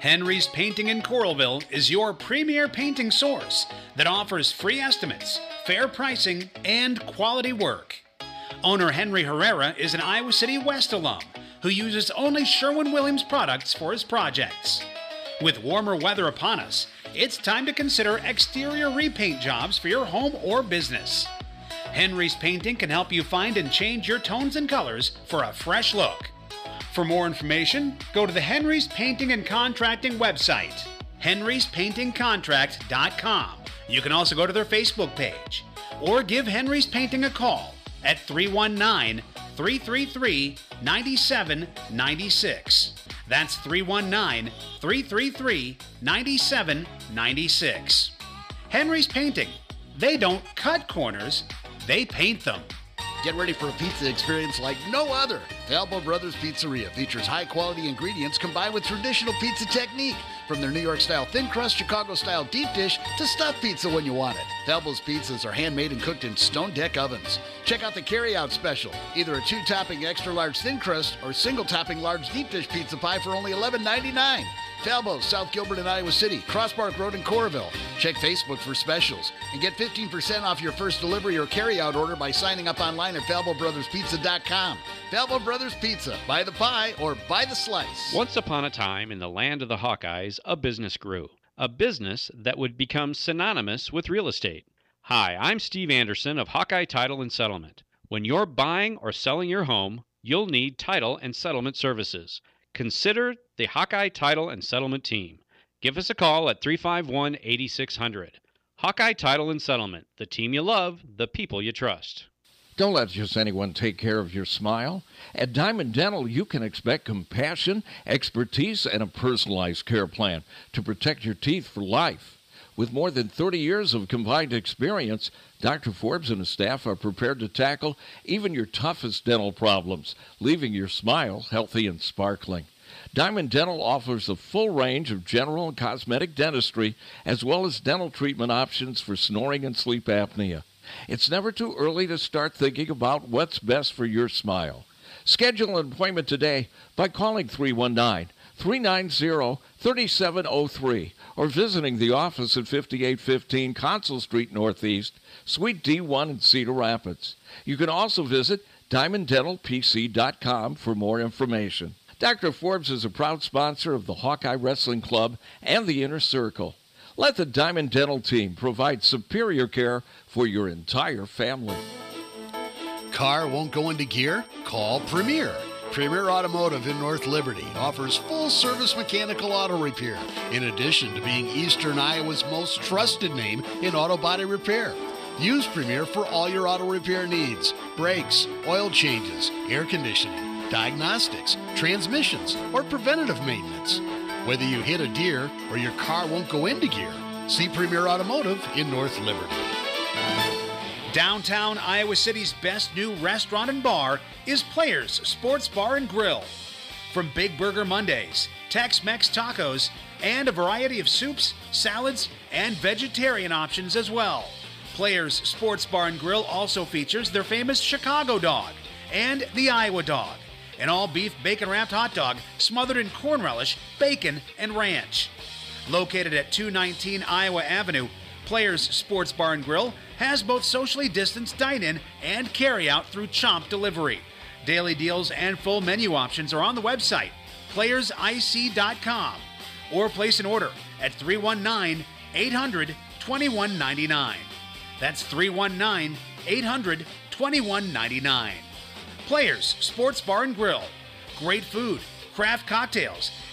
Henry's Painting in Coralville is your premier painting source that offers free estimates, fair pricing, and quality work. Owner Henry Herrera is an Iowa City West alum who uses only Sherwin Williams products for his projects. With warmer weather upon us, it's time to consider exterior repaint jobs for your home or business. Henry's Painting can help you find and change your tones and colors for a fresh look. For more information, go to the Henry's Painting and Contracting website, henryspaintingcontract.com. You can also go to their Facebook page or give Henry's Painting a call at 319 333 9796. That's 319 333 9796. Henry's Painting. They don't cut corners, they paint them. Get ready for a pizza experience like no other. The Elbow Brothers Pizzeria features high quality ingredients combined with traditional pizza technique. From their New York style thin crust, Chicago style deep dish, to stuffed pizza when you want it. The Elbow's pizzas are handmade and cooked in stone deck ovens. Check out the carryout special either a two topping extra large thin crust or single topping large deep dish pizza pie for only $11.99. Talbot, South Gilbert, and Iowa City, Cross Park Road in Coralville. Check Facebook for specials and get 15% off your first delivery or carryout order by signing up online at FalboBrothersPizza.com. Falbo Brothers Pizza, buy the pie or buy the slice. Once upon a time in the land of the Hawkeyes, a business grew, a business that would become synonymous with real estate. Hi, I'm Steve Anderson of Hawkeye Title and Settlement. When you're buying or selling your home, you'll need title and settlement services. Consider the Hawkeye Title and Settlement team. Give us a call at 351 8600. Hawkeye Title and Settlement, the team you love, the people you trust. Don't let just anyone take care of your smile. At Diamond Dental, you can expect compassion, expertise, and a personalized care plan to protect your teeth for life. With more than 30 years of combined experience, Dr. Forbes and his staff are prepared to tackle even your toughest dental problems, leaving your smile healthy and sparkling. Diamond Dental offers a full range of general and cosmetic dentistry, as well as dental treatment options for snoring and sleep apnea. It's never too early to start thinking about what's best for your smile. Schedule an appointment today by calling 319 390 3703 or visiting the office at 5815 Consul Street Northeast, Suite D1 in Cedar Rapids. You can also visit diamonddentalpc.com for more information. Dr. Forbes is a proud sponsor of the Hawkeye Wrestling Club and the Inner Circle. Let the Diamond Dental team provide superior care for your entire family. Car won't go into gear? Call Premier. Premier Automotive in North Liberty offers full service mechanical auto repair, in addition to being Eastern Iowa's most trusted name in auto body repair. Use Premier for all your auto repair needs brakes, oil changes, air conditioning, diagnostics, transmissions, or preventative maintenance. Whether you hit a deer or your car won't go into gear, see Premier Automotive in North Liberty. Downtown Iowa City's best new restaurant and bar is Players Sports Bar and Grill. From Big Burger Mondays, Tex Mex tacos, and a variety of soups, salads, and vegetarian options as well. Players Sports Bar and Grill also features their famous Chicago dog and the Iowa dog, an all beef bacon wrapped hot dog smothered in corn relish, bacon, and ranch. Located at 219 Iowa Avenue, Players Sports Bar and Grill has both socially distanced dine in and carry out through Chomp delivery. Daily deals and full menu options are on the website, playersic.com, or place an order at 319 800 2199. That's 319 800 2199. Players Sports Bar and Grill. Great food, craft cocktails,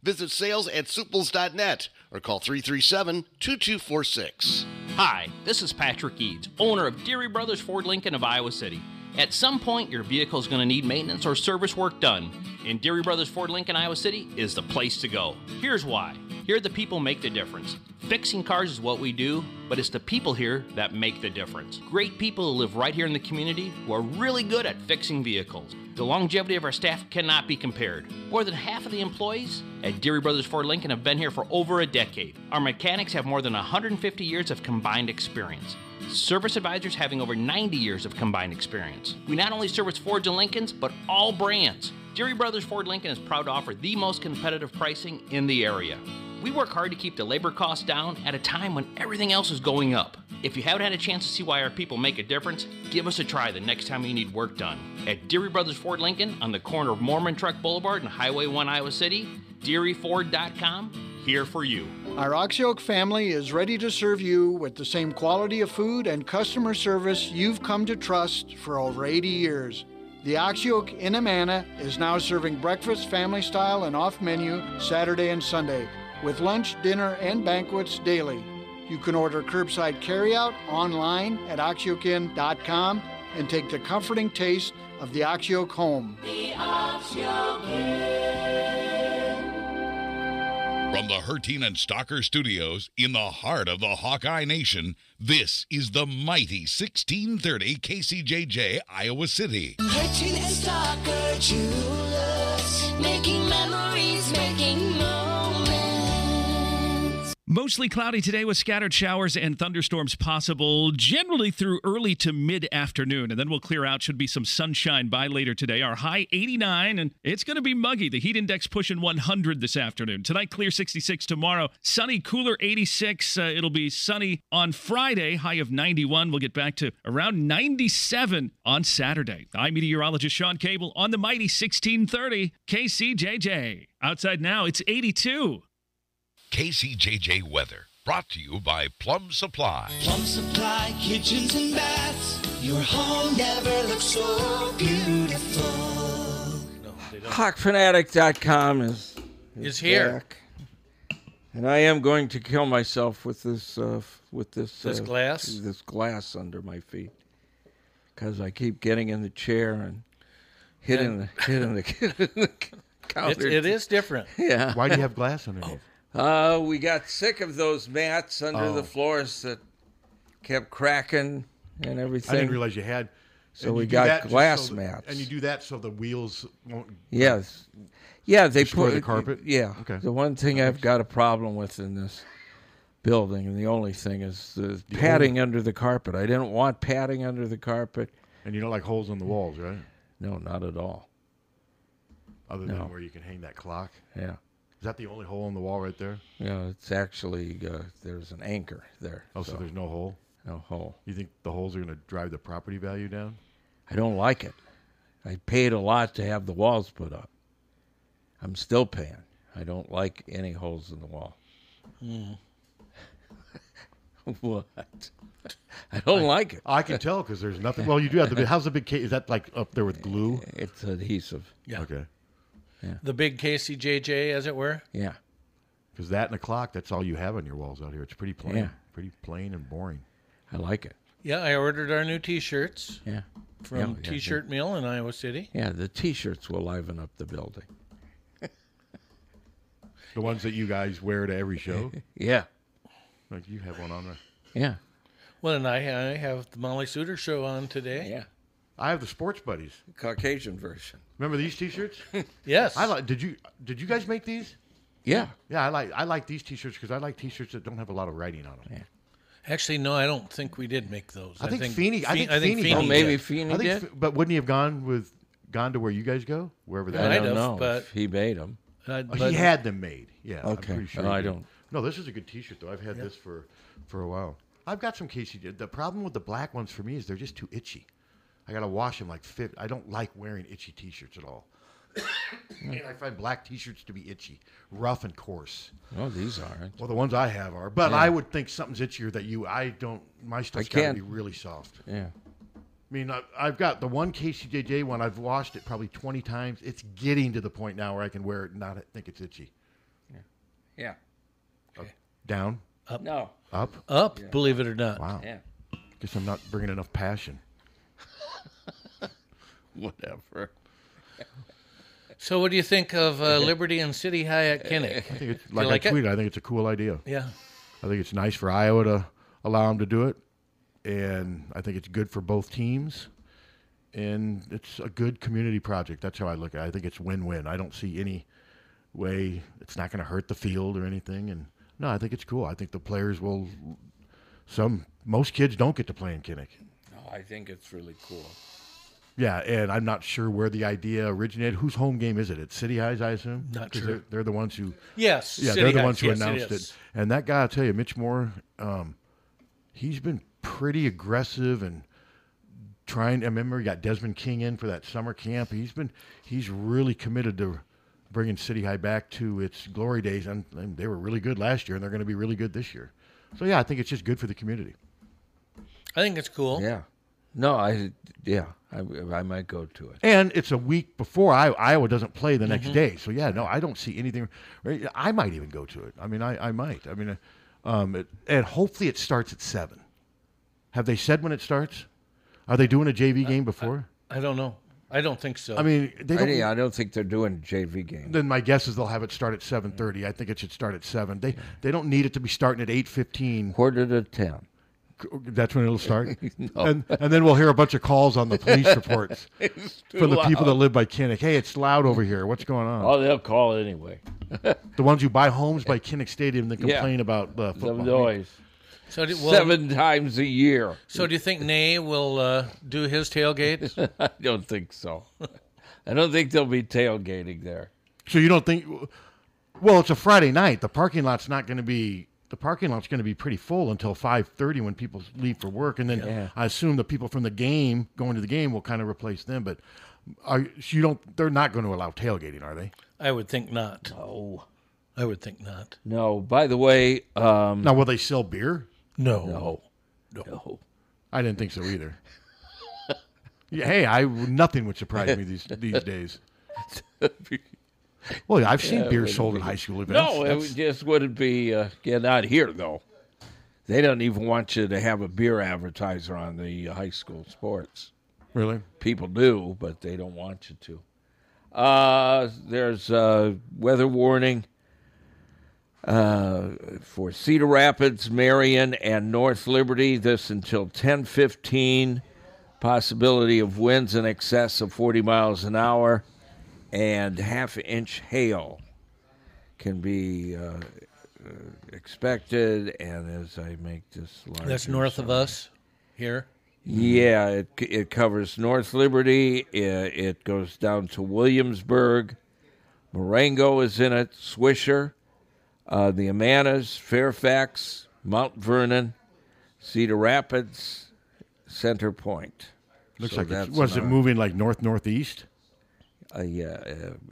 Visit sales at suples.net or call 337 2246. Hi, this is Patrick Eads, owner of Deary Brothers Ford Lincoln of Iowa City. At some point, your vehicle is going to need maintenance or service work done, and Deary Brothers Ford Lincoln, Iowa City is the place to go. Here's why. Here, the people make the difference. Fixing cars is what we do, but it's the people here that make the difference. Great people who live right here in the community who are really good at fixing vehicles. The longevity of our staff cannot be compared. More than half of the employees at Deary Brothers Ford Lincoln have been here for over a decade. Our mechanics have more than 150 years of combined experience. Service advisors having over 90 years of combined experience. We not only service Fords and Lincolns, but all brands. Deary Brothers Ford Lincoln is proud to offer the most competitive pricing in the area. We work hard to keep the labor costs down at a time when everything else is going up. If you haven't had a chance to see why our people make a difference, give us a try the next time you need work done. At Deary Brothers Ford Lincoln on the corner of Mormon Truck Boulevard and Highway 1 Iowa City, DearyFord.com, here for you. Our Oxyoke family is ready to serve you with the same quality of food and customer service you've come to trust for over 80 years. The Oxyoke in Amana is now serving breakfast, family style, and off menu Saturday and Sunday, with lunch, dinner, and banquets daily. You can order curbside carryout online at oxyokin.com and take the comforting taste of the Oxyoke home. The Oxyokin. From the Hertine and Stocker studios in the heart of the Hawkeye Nation, this is the mighty 1630 KCJJ, Iowa City. Hitching and Stalker Jewelers, making memories, making moments. Mostly cloudy today with scattered showers and thunderstorms possible, generally through early to mid afternoon. And then we'll clear out. Should be some sunshine by later today. Our high 89, and it's going to be muggy. The heat index pushing 100 this afternoon. Tonight, clear 66. Tomorrow, sunny, cooler 86. Uh, it'll be sunny on Friday, high of 91. We'll get back to around 97 on Saturday. I'm meteorologist Sean Cable on the mighty 1630 KCJJ. Outside now, it's 82. KCJJ Weather, brought to you by Plum Supply. Plum Supply kitchens and baths. Your home never looks so beautiful. HawkFanatic.com is, Is here. back. And I am going to kill myself with this uh, f- with this This uh, glass? this glass under my feet because I keep getting in the chair and hitting And- the hitting the, hitting the counter. it is different. Yeah. Why do you have glass underneath? Uh, we got sick of those mats under Oh. the floors that kept cracking and everything. I didn't realize you had. So and we you do got that just glass so the- mats. and you do that so the wheels won't. Yes. Yeah, they Destroy put the carpet? Yeah. Okay. The one thing I've got a problem with in this building, and the only thing is the The padding under the carpet. I didn't want padding under the carpet. And you don't like holes in the walls, right? No, not at all. Other No. than where you can hang that clock. Yeah. Is that the only hole in the wall right there? Yeah, it's actually uh, there's an anchor there. Oh, so, there's no hole. No hole. You think the holes are going to drive the property value down? I don't like it. I paid a lot to have the walls put up. I'm still paying. I don't like any holes in the wall. Mm. what? I don't like it. I can tell because there's nothing. Well, you do have the. big- How's the big case? Is that like up there with glue? It's adhesive. Yeah. Okay. The big KCJJ, as it were. Yeah. Because that and a clock, that's all you have on your walls out here. It's pretty plain. Yeah. Pretty plain and boring. I like it. Yeah, I ordered our new T-shirts. Yeah. Yeah, From yeah, they- T-shirt Mill in Iowa City. Yeah, the T-shirts will liven up the building. The ones that you guys wear to every show. Yeah. Like you have one on there. Yeah. Well, and I, I have the Molly Suter show on today. Yeah. I have the Sports Buddies. Caucasian version. Remember these T-shirts? yes. I like. Did you Did you guys make these? Yeah. Yeah, I like I like these T-shirts because I like T-shirts that don't have a lot of writing on them. Actually, no, I don't think we did make those. I think Feeney. I Fe- think I think Feeney. Oh, Feeney did. I think Fe- but wouldn't he have gone with gone to where you guys go, wherever that? Might is? have, No, but- he made them. Uh, Oh, but- he had them made. Yeah. I'm Okay. pretty sure Oh, he I did. don't- No, this is a good T-shirt though. I've had Yeah. this for for a while. I've got some KC. The problem with the black ones for me is they're just too itchy. I gotta wash them like fit. I don't like wearing itchy T-shirts at all. and I find black T-shirts to be itchy, rough and coarse. Oh, these aren't. Well, the ones I have are, but Yeah. I would think something's itchier that you. I don't. My stuff's got to can't- be really soft. Yeah. I mean, I, I've got the one KCJJ one. I've washed it probably twenty times. It's getting to the point now where I can wear it and not think it's itchy. Yeah. Down, Up. No. up, Up, believe it or not. Wow. Yeah. Guess I'm not bringing enough passion. Whatever. So, what do you think of uh, Liberty and City High at Kinnick? I think it's You like, like I it? tweeted. I think it's a cool idea. Yeah. I think it's nice for Iowa to allow them to do it, and I think it's good for both teams, and it's a good community project. That's how I look at. it. I think it's win-win. I don't see any way it's not going to hurt the field or anything. And no, I think it's cool. I think the players will. Some most kids don't get to play in Kinnick. No, I think it's really cool. Yeah, and I'm not sure where the idea originated. Whose home game is it? It's City Highs, I assume. Not 'Cause sure. They're, they're the ones who. Yes, Yeah, City they're the Highs. ones who Yes, it announced is. it. And that guy, I'll tell you, Mitch Moore, um, he's been pretty aggressive and trying. I remember he got Desmond King in for that summer camp. He's been he's really committed to bringing City High back to its glory days, and, and they were really good last year, and they're going to be really good this year. So yeah, I think it's just good for the community. I think it's cool. Yeah. No, I yeah, I, I might go to it. And it's a week before I, Iowa doesn't play the next Mhm. day. So yeah, no, I don't see anything. right? I might even go to it. I mean, I, I might. I mean, uh, um, it, and hopefully it starts at Uh, seven. Have they said when it starts? Are they doing a JV game before? I don't know. I don't think so. I mean, they I, don't- don't, I don't think they're doing JV games. Then my guess is they'll have it start at seven thirty. I think it should start at seven. They they don't need it to be starting at eight fifteen. Quarter to ten. That's when it'll start. No. and, and then we'll hear a bunch of calls on the police reports It's too from the people that loud. live by Kinnick. Hey, it's loud over here. What's going on? Oh, they'll call it anyway. the ones who buy homes by Kinnick Stadium that Yeah. complain about uh, the football. noise. So do- well- Seven times a year. So do you think Nay will uh, do his tailgates? I don't think so. I don't think they'll be tailgating there. So you don't think? Well, it's a Friday night. The parking lot's not going to be. The parking lot's going to be pretty full until five thirty when people leave for work, and then Yeah. I assume the people from the game going to the game will kind of replace them. But are so you don't? They're not going to allow tailgating, are they? I would think not. Oh, No. I would think not. No. By the way, um, now will they sell beer? No. No. No. I didn't think so either. yeah, hey, I nothing would surprise me these these days. Well, I've seen Yeah, beer wouldn't sold be- at high school events. No, That's- it just wouldn't be. Uh, yeah, not here though. They don't even want you to have a beer advertiser on the high school sports. Really? People do, but they don't want you to. Uh, there's a weather warning uh, for Cedar Rapids, Marion, and North Liberty. This until 10:15. Possibility of winds in excess of 40 miles an hour, and half-inch hail can be uh, uh, expected. And as I make this larger, That's north of us here. yeah, it, c- it covers North Liberty. It, it goes down to Williamsburg. Marengo is in it, Swisher, uh, the Amanas, Fairfax, Mount Vernon, Cedar Rapids, Center Point. Looks So like it's, that's was it another- moving like north northeast? Uh, yeah,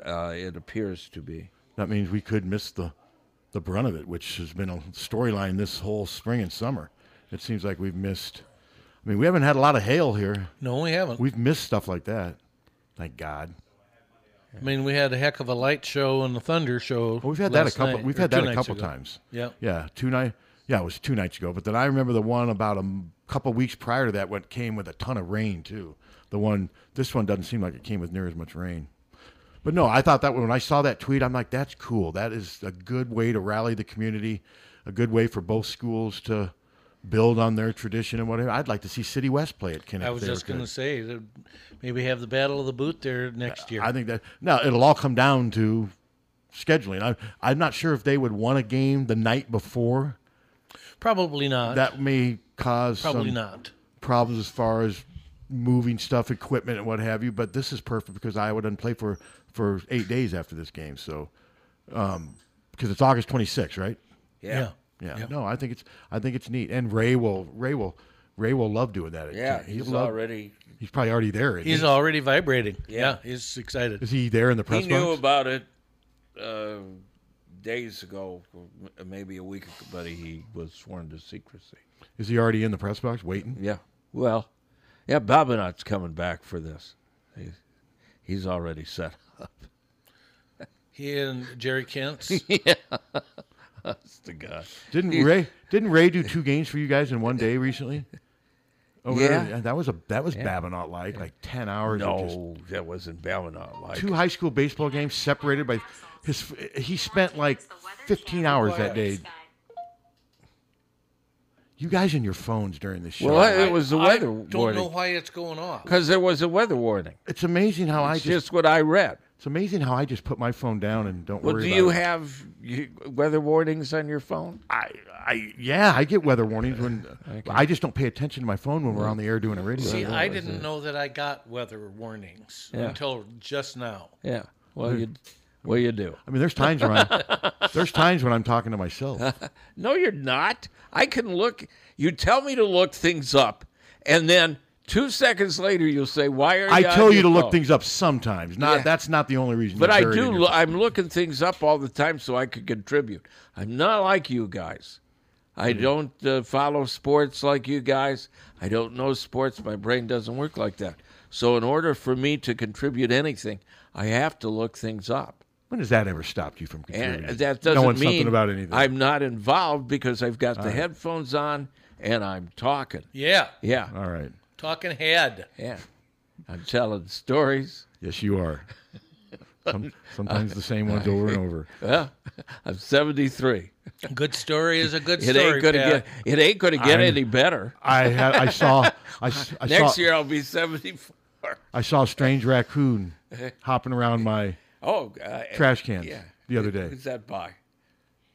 uh, uh, it appears to be. That means we could miss the the brunt of it, which has been a storyline this whole spring and summer. It seems like we've missed. I mean, we haven't had a lot of hail here. No, we haven't. We've missed stuff like that. Thank God. I mean, we had a heck of a light show and a thunder show. We've had that a couple. we've had that a couple times. Yeah. Yeah. Two night. Yeah, it was two nights ago. But then I remember the one about a m- couple weeks prior to that, what came with a ton of rain too. The one. This one doesn't seem like it came with near as much rain. But no, I thought that when I saw that tweet, I'm like, that's cool. That is a good way to rally the community, a good way for both schools to build on their tradition and whatever. I'd like to see City West play at Kinnick. I if was they were just good. going to say that maybe have the Battle of the Boot there next year. I think that now it'll all come down to scheduling. I, I'm not sure if they would want a game the night before. Probably not. That may cause Probably some not. problems as far as moving stuff, equipment, and what have you. But this is perfect because Iowa doesn't play for for eight days after this game. So, um, because it's August 26th, right? Yeah. yeah, No, I think it's I think it's neat. And Ray will Ray will Ray will love doing that. Yeah, He'll he's love- already- He's probably already there. isn't He's he? already vibrating. Yeah. he's excited. Is he there in the press he knew box? about it uh, days ago, or m- maybe a week ago, but he was sworn to secrecy. Is he already in the press box waiting? Yeah. Well, yeah, Babinot's coming back for this. He, he's already set up. He and Jerry Kent's. yeah. That's the guy. Didn't He- Ray? Didn't Ray do two games for you guys in one day recently? Over Yeah. there? that was a that was Yeah. Babinot like like ten hours. of just No, that wasn't Babinot like. two high school baseball games separated by his. He spent like fifteen hours that day. You guys and your phones during this show. Well, I- it was the weather don't know why it's going off. because there was a weather warning. It's amazing how I It's just, just what I read. It's amazing how I just put my phone down and don't Well, worry. do about you it. have you, weather warnings on your phone? I, I, Yeah, I get weather warnings when I just don't pay attention to my phone when we're on the air doing a radio. See, I didn't know that I got weather warnings Yeah. until just now. Yeah. Well, you, well, you do. I mean, there's times when I'm, there's times when I'm talking to myself. No, you're not. I can look. You tell me to look things up, and then two seconds later you'll say, "Why are I on tell you your to look phone?" things up sometimes. Not Yeah. that's not the only reason. But you I buried in do. your- Lo- I'm looking things up all the time so I could contribute. I'm not like you guys. I Hmm. don't uh, follow sports like you guys. I don't know sports. My brain doesn't work like that. So in order for me to contribute anything, I have to look things up. when has that ever stopped you from contributing? And that doesn't knowing mean something about anything. I'm not involved because I've got the All right. headphones on and I'm talking. Yeah. Yeah. All right. Talking head. Yeah. I'm telling stories. Yes, you are. Some, sometimes the same ones over and over. Well, I'm 73. Good story is a good It story. ain't gonna Pat. get it ain't gonna get I'm- any better. I had- I saw- I s- I next saw- year I'll be 74. I saw a strange raccoon hopping around my Oh, uh, trash cans yeah. the other Who- day. Who's that by?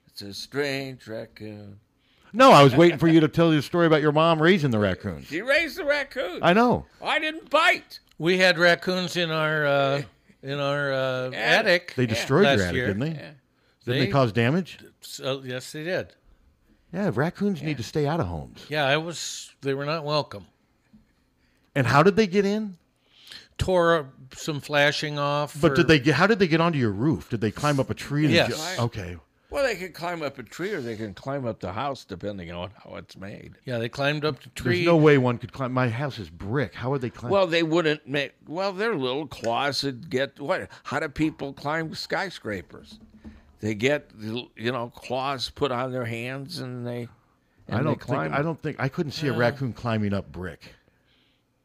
It's a strange raccoon. No, I was waiting for you to tell the story about your mom raising the raccoons. She raised the raccoon. I know. I didn't bite. We had raccoons in our uh, in our uh, attic. They destroyed last your attic, year. didn't they? Didn't they cause damage? So, yes, they did. Yeah, raccoons need to stay out of homes. Yeah, I was. They were not welcome. And how did they get in? Tore up some flashing off. But or- did they get? How did they get onto your roof? Did they climb up a tree? And Yes. ju- okay. Well, they can climb up a tree or they can climb up the house, depending on how it's made. Yeah, they climbed up the tree. There's no way one could climb. My house is brick. How would they climb? Well, they wouldn't make. Well, their little claws would get what? How do people climb skyscrapers? They get you know claws put on their hands and they. And I they don't think. climb. I don't think. I couldn't see a Uh, raccoon climbing up brick.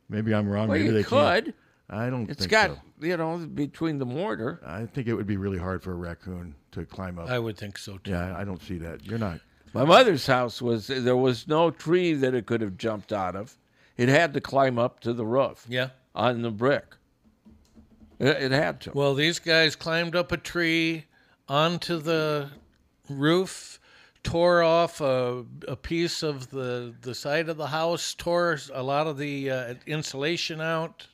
Maybe I'm wrong. Well, Maybe you they could. Can't. I don't. It's think got so. you know between the mortar. I think it would be really hard for a raccoon to climb up. I would think so too. Yeah, I don't see that. You're not. My mother's house was there was no tree that it could have jumped out of. It had to climb up to the roof. Yeah. On the brick. It, it had to. Well, these guys climbed up a tree onto the roof, tore off a, a piece of the, the side of the house, tore a lot of the uh, insulation out,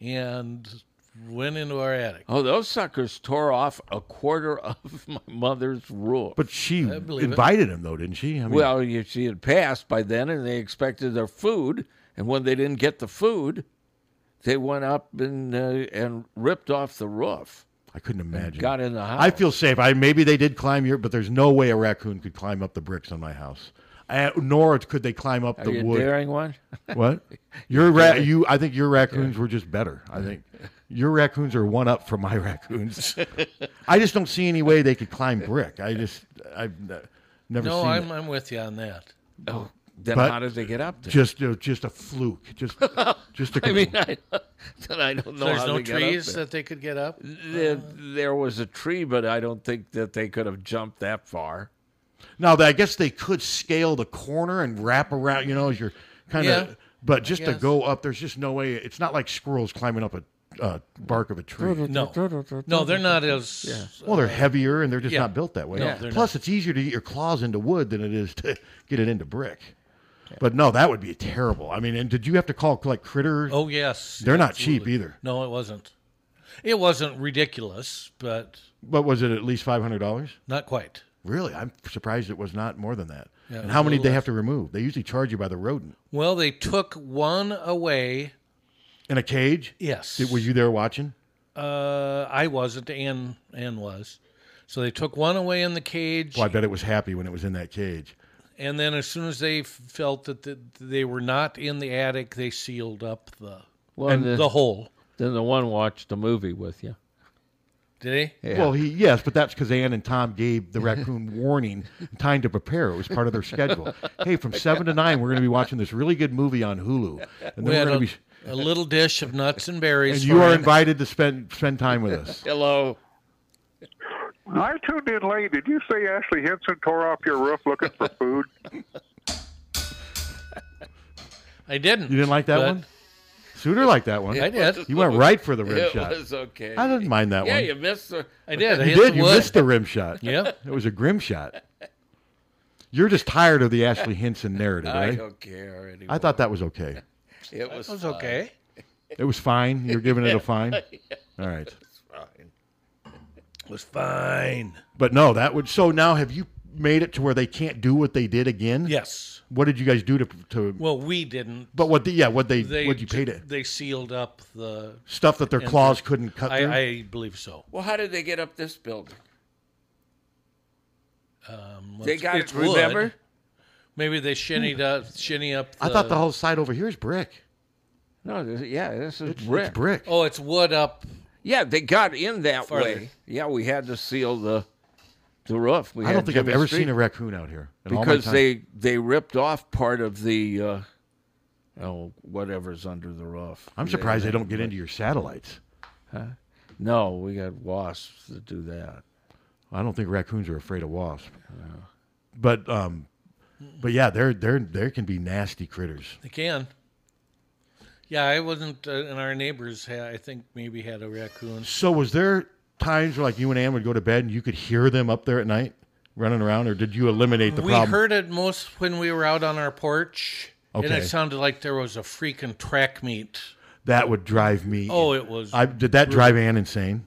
and went into our attic. Oh, those suckers tore off a quarter of my mother's roof. But she I believe it. invited him though, didn't she? I mean, well, you, she had passed by then, and they expected their food. And when they didn't get the food, they went up and uh, and ripped off the roof. I couldn't and imagine. Got in the house. I feel safe. I maybe they did climb your, but there's no way a raccoon could climb up the bricks on my house. I, nor could they climb up Are the you wood. daring one? What? Your ra- daring. you? I think your raccoons were just better. I think your raccoons are one up from my raccoons. I just don't see any way they could climb brick. I just I've n- never no, seen. it. I'm, I'm with you on that. Oh, then But how did they get up there? Just uh, just a fluke. Just just a. I mean, I, then I don't know. There's how no they got up trees there. that they could get up? There, there was a tree, but I don't think that they could have jumped that far. Now, I guess they could scale the corner and wrap around, you know, as you're kind of. Yeah, but just to guess. go up, there's just no way. It's not like squirrels climbing up a uh, bark of a tree. No. No, they're not as. Well, they're heavier and they're just Yeah. not built that way. No, they're Plus, it's easier to get your claws into wood than it is to get it into brick. But no, that would be terrible. I mean, and did you have to call like critters? Oh, yes. They're not cheap absolutely. either. No, it wasn't. It wasn't ridiculous, but But was it at least five hundred dollars? Not quite. Really, I'm surprised it was not more than that. Yeah, it and was how a many did little they have to remove? They usually charge you by the rodent Well, they took one away. in a cage. Yes. Did- were you there watching? Uh, I wasn't. Ann Ann was. So they took one away in the cage, Well, I bet it was happy when it was in that cage. and then as soon as they f- felt that the, they were not in the attic, they sealed up the and the, hole. Then the one watched a movie with you. Did they? Well, he yes, but that's because Ann and Tom gave the raccoon warning, and time to prepare. It was part of their schedule. Hey, from seven to nine, we're going to be watching this really good movie on Hulu, and then we we're had going a, to be. a little dish of nuts and berries. And for you are Ann. invited to spend spend time with us. Hello. I tuned in late. Did you say Ashley Henson tore off your roof looking for food? I didn't. You didn't like that But- one. Suter liked that one. I did. You went right for the rim it shot. was okay. I didn't mind that yeah, one. you missed the. I did. I you hit did. the you wood. missed the rim shot. Yeah. It was a grim shot. You're just tired of the Ashley Henson narrative, I right? don't care I anymore. thought that was okay. It was, uh, was fine. okay. It was fine. You're giving it a fine. All right. It was fine. But no, that would. So now, have you made it to where they can't do what they did again? Yes. What did you guys do to to? Well, we didn't. but what? The, yeah, what they, They what you ju- paid it? They sealed up the Stuff that their and- claws couldn't cut through? I, I believe so. Well, how did they get up this building? Um, They it's- got it's it, remember? wood. Maybe they shinnied up, shinny up. The, I thought the whole side over here is brick. No, this- yeah, this is It's brick. brick. Oh, it's wood up. Yeah, they got in that Farther. way. Yeah, we had to seal the the roof. We I don't had think I've Jimmy ever Street- seen a raccoon out here in all my because time. they they ripped off part of the uh, oh, whatever's under the roof. I'm Yeah, surprised they that- don't get into your satellites. Huh? No, we got wasps that do that. I don't think raccoons are afraid of wasps. But um, but yeah, there there there can be nasty critters. They can. Yeah, I wasn't, uh, and our neighbors, had, I think, maybe had a raccoon. So was there times where like you and Ann would go to bed and you could hear them up there at night running around, or did you eliminate the we problem? heard it most when we were out on our porch, and Okay. it sounded like there was a freaking track meet. that would drive me. Oh, it was I did that drive Ann insane?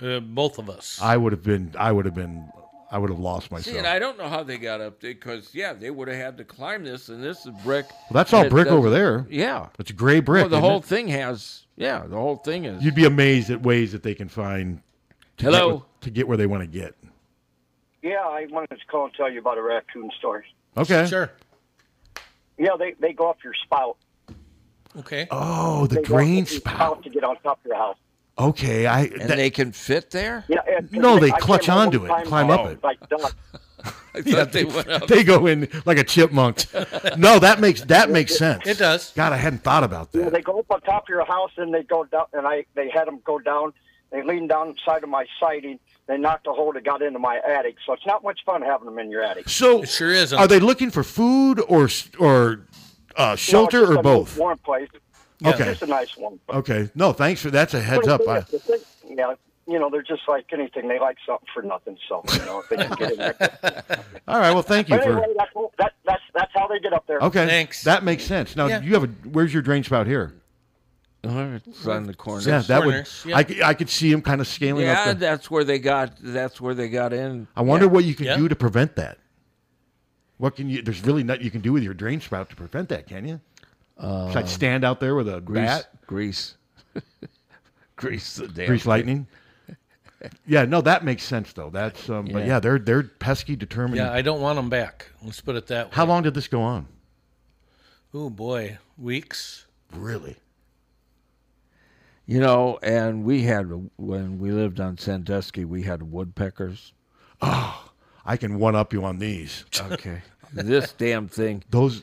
Uh, both of us. I would have been. I would have been. I would have lost myself. See, and I don't know how they got up there because yeah, they would have had to climb this, and this is brick. Well, that's all It brick over there. doesn't- Yeah, It's gray brick, Well, the isn't whole it? thing has. Yeah, the whole thing is. You'd be amazed at ways that they can find. To Hello? Get, wh- to get where they want to get. Yeah, I wanted to call and tell you about a raccoon story. Okay. Sure. Yeah, they, they go up your spout. Okay. Oh, the They go up drain your spout. to get on top of your house. Okay, I. and they can fit there. Yeah, and- No, they I clutch came home onto one it, time, climb up uh, it. Like duck. I Yeah, thought they went up. They go in like a chipmunk. no, that makes that makes sense. It does. God, I hadn't thought about that. Yeah, they go up on top of your house and they go down. And I, they had them go down. They leaned down the side of my siding. They knocked a hole that got into my attic. So it's not much fun having them in your attic. So sure is. Are they looking for food or s- or uh, shelter No, just or a both? nice Warm place. Yeah. Okay. Just a nice one. Okay. No, thanks for that's a heads up. I, yeah, you know, they're just like anything. They like something for nothing. So you know, if they can get in there. all right. Well, thank you But for. anyway, that's, that, that's that's how they get up there. Okay. That makes sense. Now Yeah. you have a where's your drain spout here? It's on the corner. Yeah, that Corners, would. yeah. I c- I, could see him kind of scaling up. Yeah, the- that's where they got. That's where they got in. I wonder Yeah. what you can do to prevent that. What can you? There's really nothing you can do with your drain spout to prevent that, can you? Uh, Should I stand out there with a grease, bat? Grease. grease the damn. Grease thing. lightning. yeah, no, that makes sense though. That's um, but Yeah. yeah, they're they're pesky, determined. Yeah, I don't want them back. Let's put it that way. How long did this go on? Oh boy, weeks. Really? You know, and we had when we lived on Sandusky, we had woodpeckers. Oh, I can one up you on these. Okay, this damn thing. Those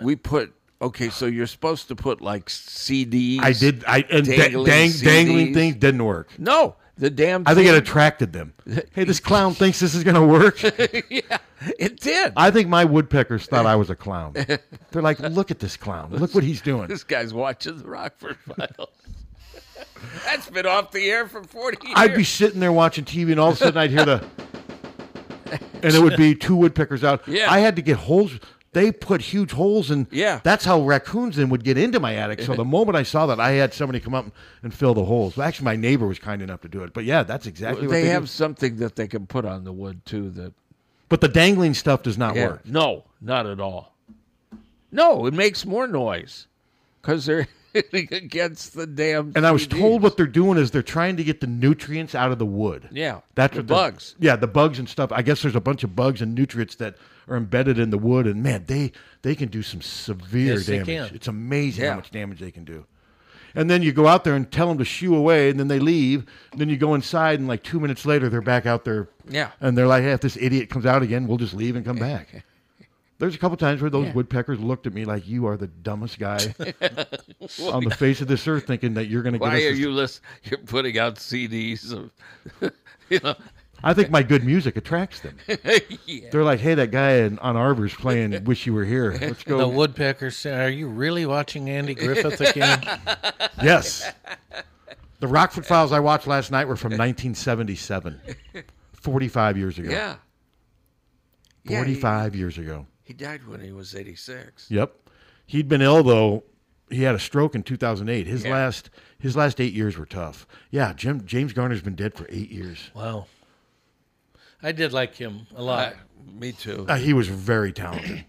we put. Okay, so you're supposed to put like CDs. I did. I and dangling, dangling, dang, dangling CDs. things didn't work. No, the damn. I think it thing- attracted them. Hey, this clown thinks this is going to work. yeah, it did. I think my woodpeckers thought I was a clown. They're like, look at this clown. Look what he's doing. This guy's watching the Rockford Files. That's been off the air for forty years. I'd be sitting there watching TV, and all of a sudden I'd hear the, and it would be two woodpeckers out. Yeah. I had to get holes. They put huge holes in. Yeah. That's how raccoons then would get into my attic. So the moment I saw that, I had somebody come up and fill the holes. Well, actually, my neighbor was kind enough to do it. But yeah, that's exactly Well, what they, they, do. have something that they can put on the wood too. That But the dangling stuff does not Yeah. work. No, not at all. No, it makes more noise because they're hitting against the damn. And I was CD. told what they're doing is they're trying to get the nutrients out of the wood. Yeah, That's the what the- bugs. yeah, the bugs and stuff. I guess there's a bunch of bugs and nutrients that are embedded in the wood, and man, they they can do some severe Yes, they damage. can. It's amazing Yeah. how much damage they can do. And then you go out there and tell them to shoo away, and then they leave. And then you go inside, and like two minutes later, they're back out there. Yeah. And they're like, hey, if this idiot comes out again, we'll just leave and come back. There's a couple times where those Yeah. woodpeckers looked at me like, you are the dumbest guy on the Like- face of this earth thinking that you're going to get Why us are this- you list? You're putting out CDs of, you know. I think my good music attracts them. Yeah. They're like, hey, that guy in, on Arbor's playing "Wish You Were Here." Let's go. The woodpecker said, "Are you really watching Andy Griffith again?" Yes. The Rockford Files I watched last night were from 1977, 45 years ago. Yeah. Yeah, he- 45 years ago. He died when he was 86. Yep. He'd been ill though. He had a stroke in 2008. His last his last 8 years were tough. Yeah, Jim James Garner's been dead for 8 years. Wow. I did like him a lot. me too. Uh, he was very talented.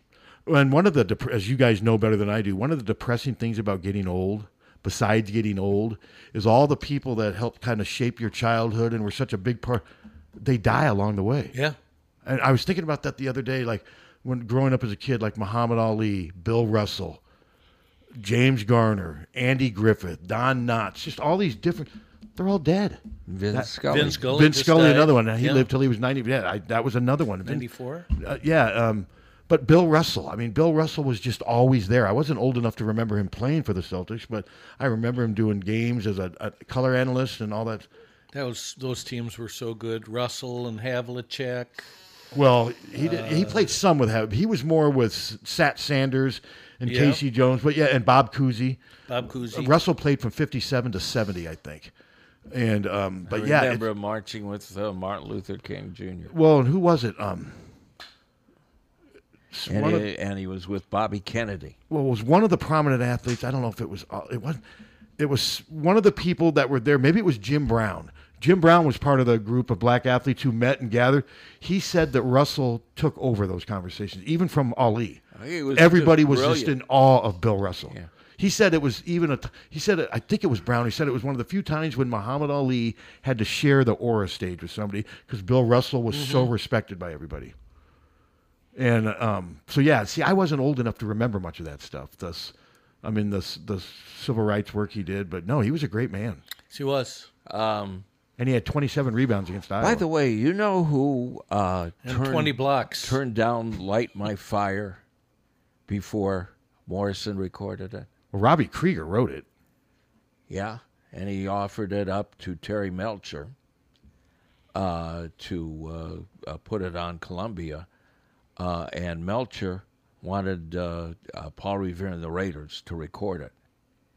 and one of the, dep- as you guys know better than I do, one of the depressing things about getting old, besides getting old, is all the people that helped kind of shape your childhood and were such a big part, they die along the way. Yeah. And I was thinking about that the other day, like when growing up as a kid, like Muhammad Ali, Bill Russell, James Garner, Andy Griffith, Don Knotts, just all these different. They're all dead. Vince That- Scully. Vince Vince Scully. Scully just died. another one. He Yeah. lived till he was ninety. Yeah, I, that was another one. Vin- 94? Uh, yeah, um, But Bill Russell, I mean, Bill Russell was just always there. I wasn't old enough to remember him playing for the Celtics, but I remember him doing games as a, a color analyst and all that. That was those teams were so good. Russell and Havlicek. Well, he did, he Uh, played some with Hab. He was more with S- Sat Sanders and Yeah. Casey Jones, but yeah, and Bob Cousy. Uh, Bob Cousy. Russell played from fifty-seven to seventy, I think. And um, but I yeah, it- remember marching with uh, Martin Luther King Jr. well, and who was it? Um, s- And one of- he, and he was with Bobby Kennedy. well, it was one of the prominent athletes. I don't know if it was uh, it was it was one of the people that were there. Maybe it was Jim Brown. Jim Brown was part of the group of black athletes who met and gathered. He said that Russell took over those conversations, even from Ali. He was Everybody just was just brilliant. in awe of Bill Russell. He said it was even a. T- he said it, I think it was Brown. He said it was one of the few times when Muhammad Ali had to share the aura stage with somebody because Bill Russell was so Mhm. respected by everybody. And um, so yeah, see, I wasn't old enough to remember much of that stuff. Thus, I mean, the s- the civil rights work he did, but no, he was a great man, She was. Um, and he had 27 rebounds against Iowa. By the way, you know who uh, And 20 blocks turned down "Light My Fire" before Morrison recorded it. Well, Robbie Krieger wrote it. Yeah, and he offered it up to Terry Melcher uh, to uh, uh, put it on Columbia, uh, and Melcher wanted uh, uh, Paul Revere and the Raiders to record it.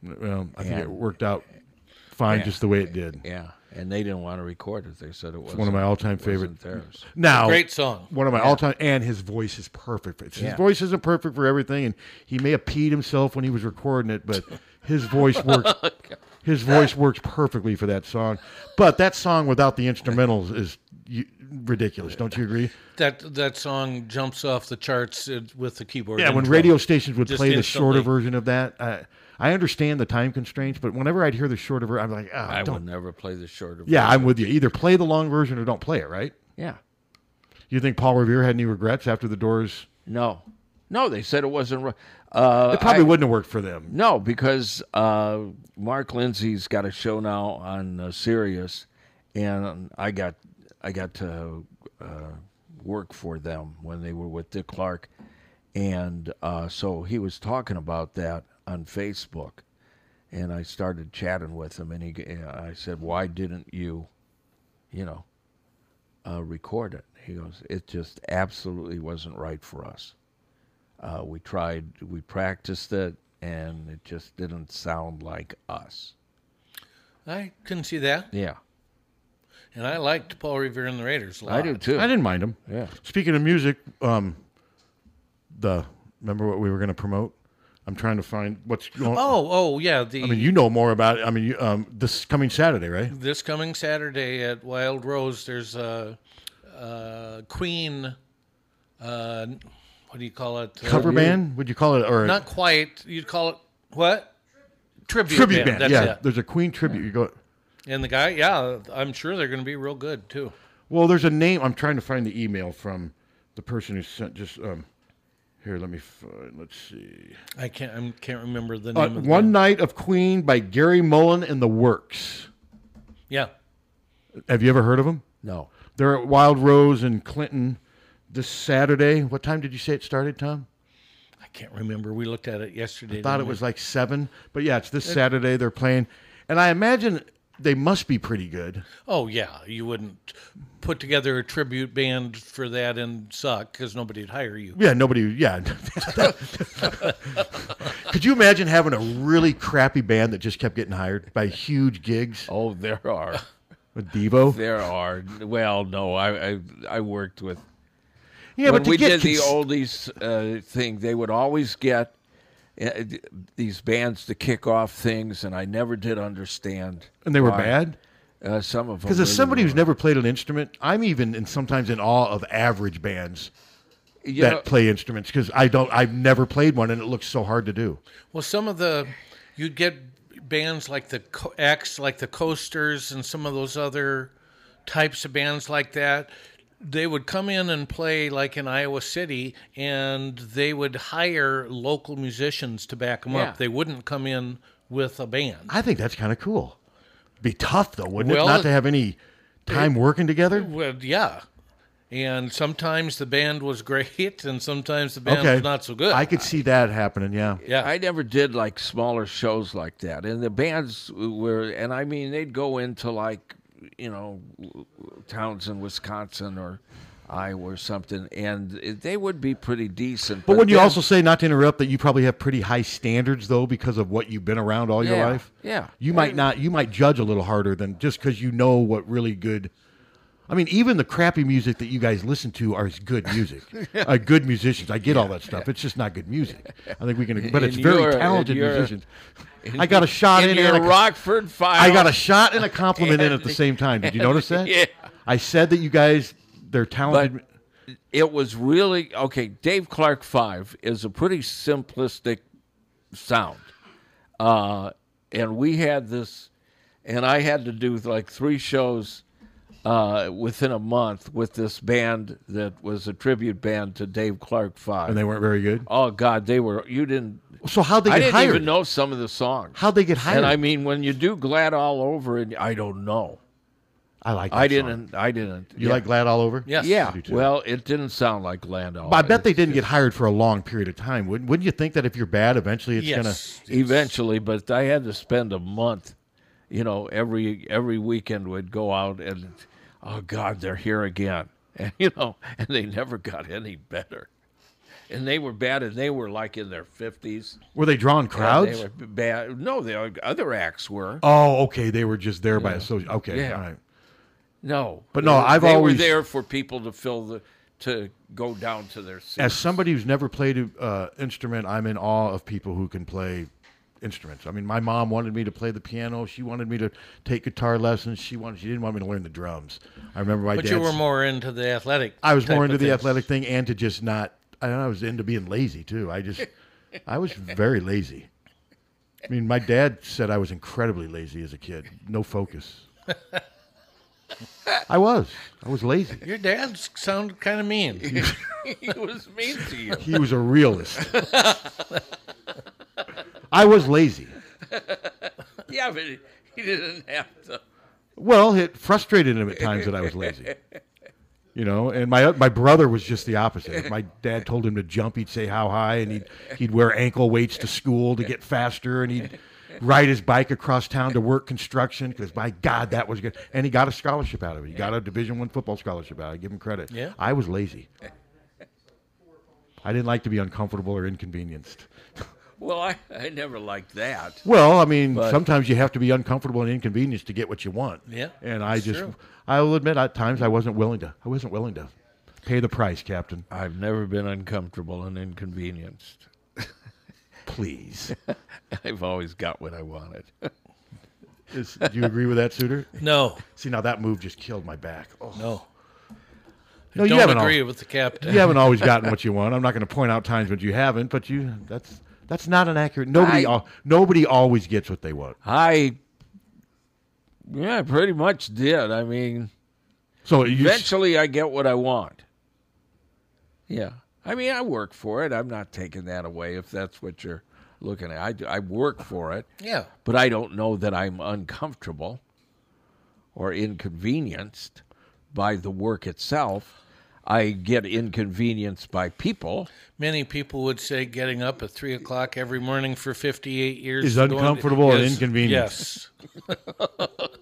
Well, I think it And- worked out fine Yeah. just the way it did. Yeah, and they didn't want to record it. They said it was It's one of my all-time favorite. Now, One of my all-time, and his voice is perfect. It's- Yeah. His voice isn't perfect for everything, and he may have peed himself when he was recording it, but his voice works. his voice works perfectly for that song. But that song without the instrumentals is you, ridiculous. Don't you agree? That that song jumps off the charts uh, with the keyboard. Yeah, when intro. radio stations would Just play the instantly. shorter version of that, I, I understand the time constraints, but whenever I'd hear the shorter version, I'm like, ah, I don't. would never play the shorter. Yeah, version. I'm with you. Either play the long version or don't play it, right? Yeah. You think Paul Revere had any regrets after the Doors? No, no, they said it wasn't. ri- Uh, It probably I- wouldn't have worked for them. No, because uh, Mark Lindsay's got a show now on uh, Sirius, and I got I got to uh, work for them when they were with Dick Clark, and uh, so he was talking about that on Facebook, and I started chatting with him, and he g- and I said, "Why didn't you, you know, uh, record it?" He goes, "It just absolutely wasn't right for us." Uh, we tried, we practiced it, and it just didn't sound like us. I couldn't see that, Yeah. and I liked Paul Revere and the Raiders. A lot. I didn't mind them. Yeah. Speaking of music, um, the remember what we were going to promote? I'm trying to find what's going. Oh, oh yeah. The I mean, you know more about it. I mean, you, um, this coming Saturday, right? this coming Saturday at Wild Rose, there's a, uh Queen. Uh, what do you call it? Cover Uh, band? Would you call it or Not quite. You'd call it what? Tribute, tribute band? That's yeah, it. there's a Queen tribute. You go. And the guy, yeah, I'm sure they're going to be real good too. Well, there's a name. I'm trying to find the email from the person who sent. Just um, here, let me find. Let's see. I can't. I can't remember the Uh, name of One Night of Queen by Gary Mullen and the Works. Yeah. Have you ever heard of them? No. They're at Wild Rose in Clinton this Saturday. What time did you say it started, Tom? I can't remember. We looked at it yesterday. I thought didn't it we? was like seven, but yeah, it's this It- Saturday. They're playing, and I imagine they must be pretty good. Oh yeah, you wouldn't put together a tribute band for that and suck because nobody'd hire you. Yeah, nobody. Yeah. Could you imagine having a really crappy band that just kept getting hired by huge gigs? Oh, there are. With Devo. There are. Well, no, I I, I worked with. Yeah, when but to we get did the cons- oldies uh, thing, they would always get uh, d- these bands to kick off things, and I never did understand. And they were why. bad? Uh, some of them. Because as really somebody were. who's never played an instrument, I'm even in sometimes in awe of average bands You that know- play instruments because I don't. I've never played one, and it looks so hard to do. Well, some of the you'd get bands like the Co- X, like the Coasters, and some of those other types of bands like that. They would come in and play like in Iowa City, and they would hire local musicians to back them Yeah. up. They wouldn't come in with a band. I think that's kind of cool. Be tough though, wouldn't Well, it? Not to have any time working together. Well, yeah. And sometimes the band was great, and sometimes the band okay. was not so good. I could see that happening. Yeah. Yeah. I never did like smaller shows like that. And the bands were, and I mean, they'd go into like, you know, Townsend, Wisconsin or Iowa or something, and they would be pretty decent. But wouldn't you then- also say, not to interrupt, that you probably have pretty high standards though because of what you've been around all Yeah, your life? yeah. You I might mean- not. You might judge a little harder than just because you know what really good. I mean, even the crappy music that you guys listen to are good music. Yeah. uh, good musicians. I get all that stuff. It's just not good music. I think we can, but it's And very you're- talented and you're- musicians. and I got a shot and in you're and a- Rockford file. I got a shot and a compliment in And- at the same time. Did you notice that? Yeah. I said that you guys, they're talented. But it was really okay. Dave Clark Five is a pretty simplistic sound, uh, and we had this, and I had to do like three shows uh, within a month with this band that was a tribute band to Dave Clark Five, And they weren't very good? Oh God, they were. You didn't. So how'd they I get didn't hired? even know some of the songs. How'd they get hired? And I mean, when you do "Glad All Over," and I don't know. I like. That I song. didn't. I didn't. You like Glad All Over? Yes. I Yeah. do too. Oh, Well, it didn't sound like Glad All. But I bet they didn't get hired for a long period of time. Wouldn't, wouldn't you think that if you're bad, eventually it's gonna? eventually, but I had to spend a month. You know, every every weekend would go out and, oh God, they're here again, and you know, and they never got any better, and they were bad, and they were like in their fifties. Were they drawing crowds? They were bad. No, the other acts were. Oh, okay. They were just there by Yeah. association. Okay, Yeah. all right. No. But no, They- I've they always- were there for people to fill the to go down to their seats. As somebody who's never played an uh, instrument, I'm in awe of people who can play instruments. I mean, my mom wanted me to play the piano. She wanted me to take guitar lessons. She wanted. She didn't want me to learn the drums. I remember my but dad. you were more into the athletic. I was type more into of the things. athletic thing and to just not. I don't know. I was into being lazy too. I just, I was very lazy. I mean, my dad said I was incredibly lazy as a kid. No focus. I was. I was lazy. Your dad sounded kind of mean. he was mean to you. He was a realist. I was lazy. yeah, but he didn't have to. Well, it frustrated him at times that I was lazy. You know, and my my brother was just the opposite. If my dad told him to jump, he'd say how high, and he'd he'd wear ankle weights to school to get faster, and he'd ride his bike across town to work construction because by God that was good. And he got a scholarship out of it. He got a Division One football scholarship out. of it. I give him credit. Yeah. I was lazy. I didn't like to be uncomfortable or inconvenienced. Well, I, I never liked that. Well, I mean, But- sometimes you have to be uncomfortable and inconvenienced to get what you want. Yeah, And I that's just, true. I will admit, at times I wasn't willing to. I wasn't willing to pay the price, Captain. I've never been uncomfortable and inconvenienced. Please. I've always got what I wanted. Is, do you agree with that, Suter? No. See, now that move just killed my back. Oh. No. No, I you don't haven't al- agree with the captain. You haven't always gotten what you want. I'm not going to point out times when you haven't, but you that's that's not an accurate. Nobody I- al- nobody always gets what they want. I, yeah, I pretty much did. I mean, So you s- eventually I get what I want. Yeah. I mean, I work for it. I'm not taking that away if that's what you're looking at. I, do- I work for it. Yeah. But I don't know that I'm uncomfortable or inconvenienced by the work itself. I get inconvenienced by people. Many people would say getting up at three o'clock every morning for fifty-eight years Is going to- uncomfortable or is- inconvenient. Yes.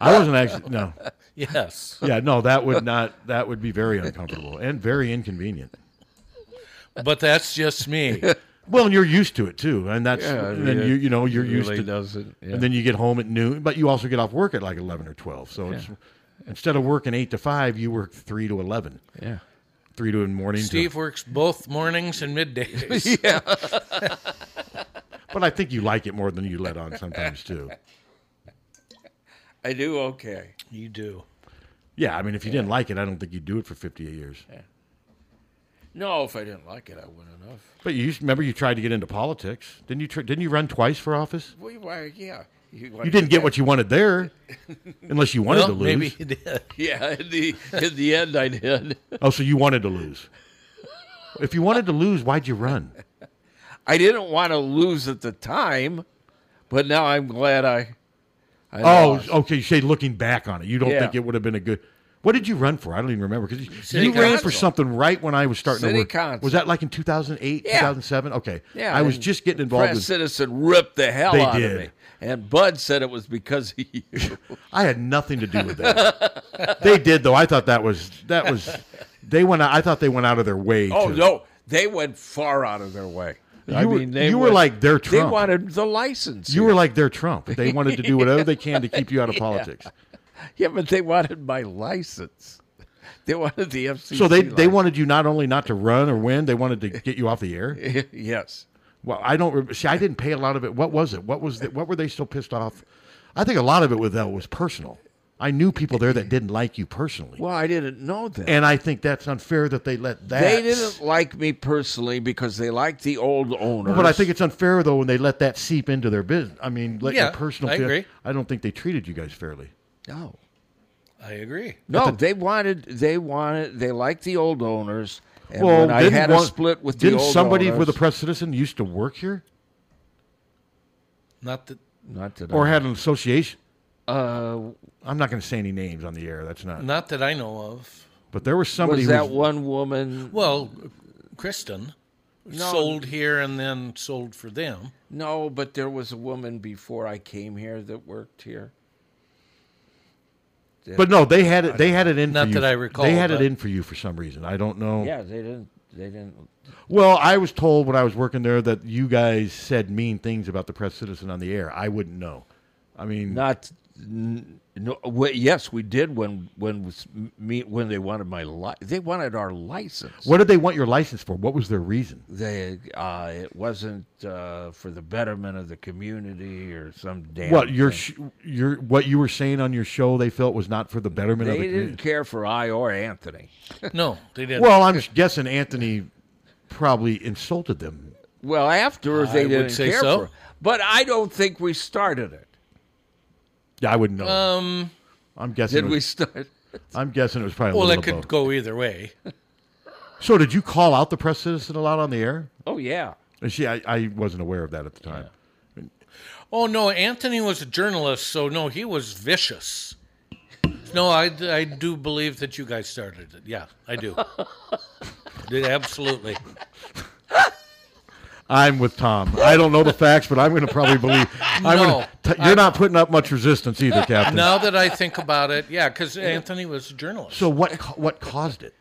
I wasn't actually no. Yes. Yeah, no, that would not that would be very uncomfortable and very inconvenient. But that's just me. Well, and you're used to it too, and that's Yeah, and then it you you know you're used really to doesn't, yeah. and then you get home at noon, but you also get off work at like eleven or twelve. So it's, instead of working eight to five, you work three to eleven. Yeah, three to in morning. to- Steve works both mornings and middays. yeah. but I think you like it more than you let on sometimes too. I do okay. You do. Yeah, I mean, if you didn't like it, I don't think you'd do it for fifty-eight years. No, if I didn't like it, I wouldn't have. But you used- remember you tried to get into politics, didn't you? Tr- didn't you run twice for office? Well, why, yeah. You didn't get what you wanted there, unless you wanted Well, to lose. maybe you did. Yeah, in the, in the end, I did. Oh, so you wanted to lose? If you wanted to lose, why'd you run? I didn't want to lose at the time, but now I'm glad I. I oh, lost. okay. You say looking back on it, you don't Yeah. think it would have been a good. What did you run for? I don't even remember because you, City you ran for council. something right when I was starting City to work. council. Was that like in 2008, Yeah. 2007? Okay. Yeah, I was and just getting involved Press with Citizen ripped the hell They out of did. me. And Bud said it was because of you. I had nothing to do with that. they did though. I thought that was that was they went out, I thought they went out of their way Oh to no, they went far out of their way. I You were- mean, they you were went- like their They Trump. wanted the license. You were like their Trump. They wanted to do whatever they can to keep you out of Yeah. politics. Yeah, but they wanted my license. They wanted the FCC. So they they license. wanted you not only not to run or win, they wanted to get you off the air. yes. Well, I don't re- see. I didn't pay a lot of it. What was it? What was the, what were they so pissed off? I think a lot of it with that was personal. I knew people there that didn't like you personally, Well, I didn't know that. and I think that's unfair that they let that. they didn't like me personally because they liked the old owner. Well, but I think it's unfair though when they let that seep into their business. I mean, let Yeah, your personal. I agree. I don't think they treated you guys fairly. No. I agree. No, they wanted they wanted they liked the old owners. And well, when I didn't had one- a split with didn't the old somebody owners, with a press citizen used to work here Not that. Not that. or I, had an association? Uh, I'm not going to say any names on the air. That's not. Not that I know of. But there was somebody was who that one woman? Well, Kristen No. sold here and then sold for them. No, but there was a woman before I came here that worked here. But no, they had it. They had it in. Not for you. that I recall, They had but- it in for you for some reason. I don't know. Yeah, they didn't. They didn't. Well, I was told when I was working there that you guys said mean things about the press citizen on the air. I wouldn't know. I mean, not. n- No. Well, yes, we did when when was me when they wanted my li- they wanted our license. What did they want your license for? What was their reason? They uh, it wasn't uh, for the betterment of the community or some damn. what your thing. sh- your what you were saying on your show they felt was not for the betterment they of the didn't community. care for I or Anthony. No, they didn't. Well, I'm guessing Anthony probably insulted them. Well, after I they would didn't say care so. for, but I don't think we started it. Yeah, I wouldn't know. Um, I'm guessing. did it we was- start? I'm guessing it was probably. a well, little it of could both. go either way. So did you call out the press citizen a lot on the air? Oh yeah. And she, I, I wasn't aware of that at the time. Oh no, Anthony was a journalist, so no, he was vicious. No, I, I do believe that you guys started it. Yeah, I do. Did absolutely. I'm with Tom. I don't know the facts, but I'm going to probably believe. I'm No, gonna, t- you're not putting up much resistance either, Captain. Now that I think about it, yeah, because Anthony was a journalist. So what? ca- What caused it?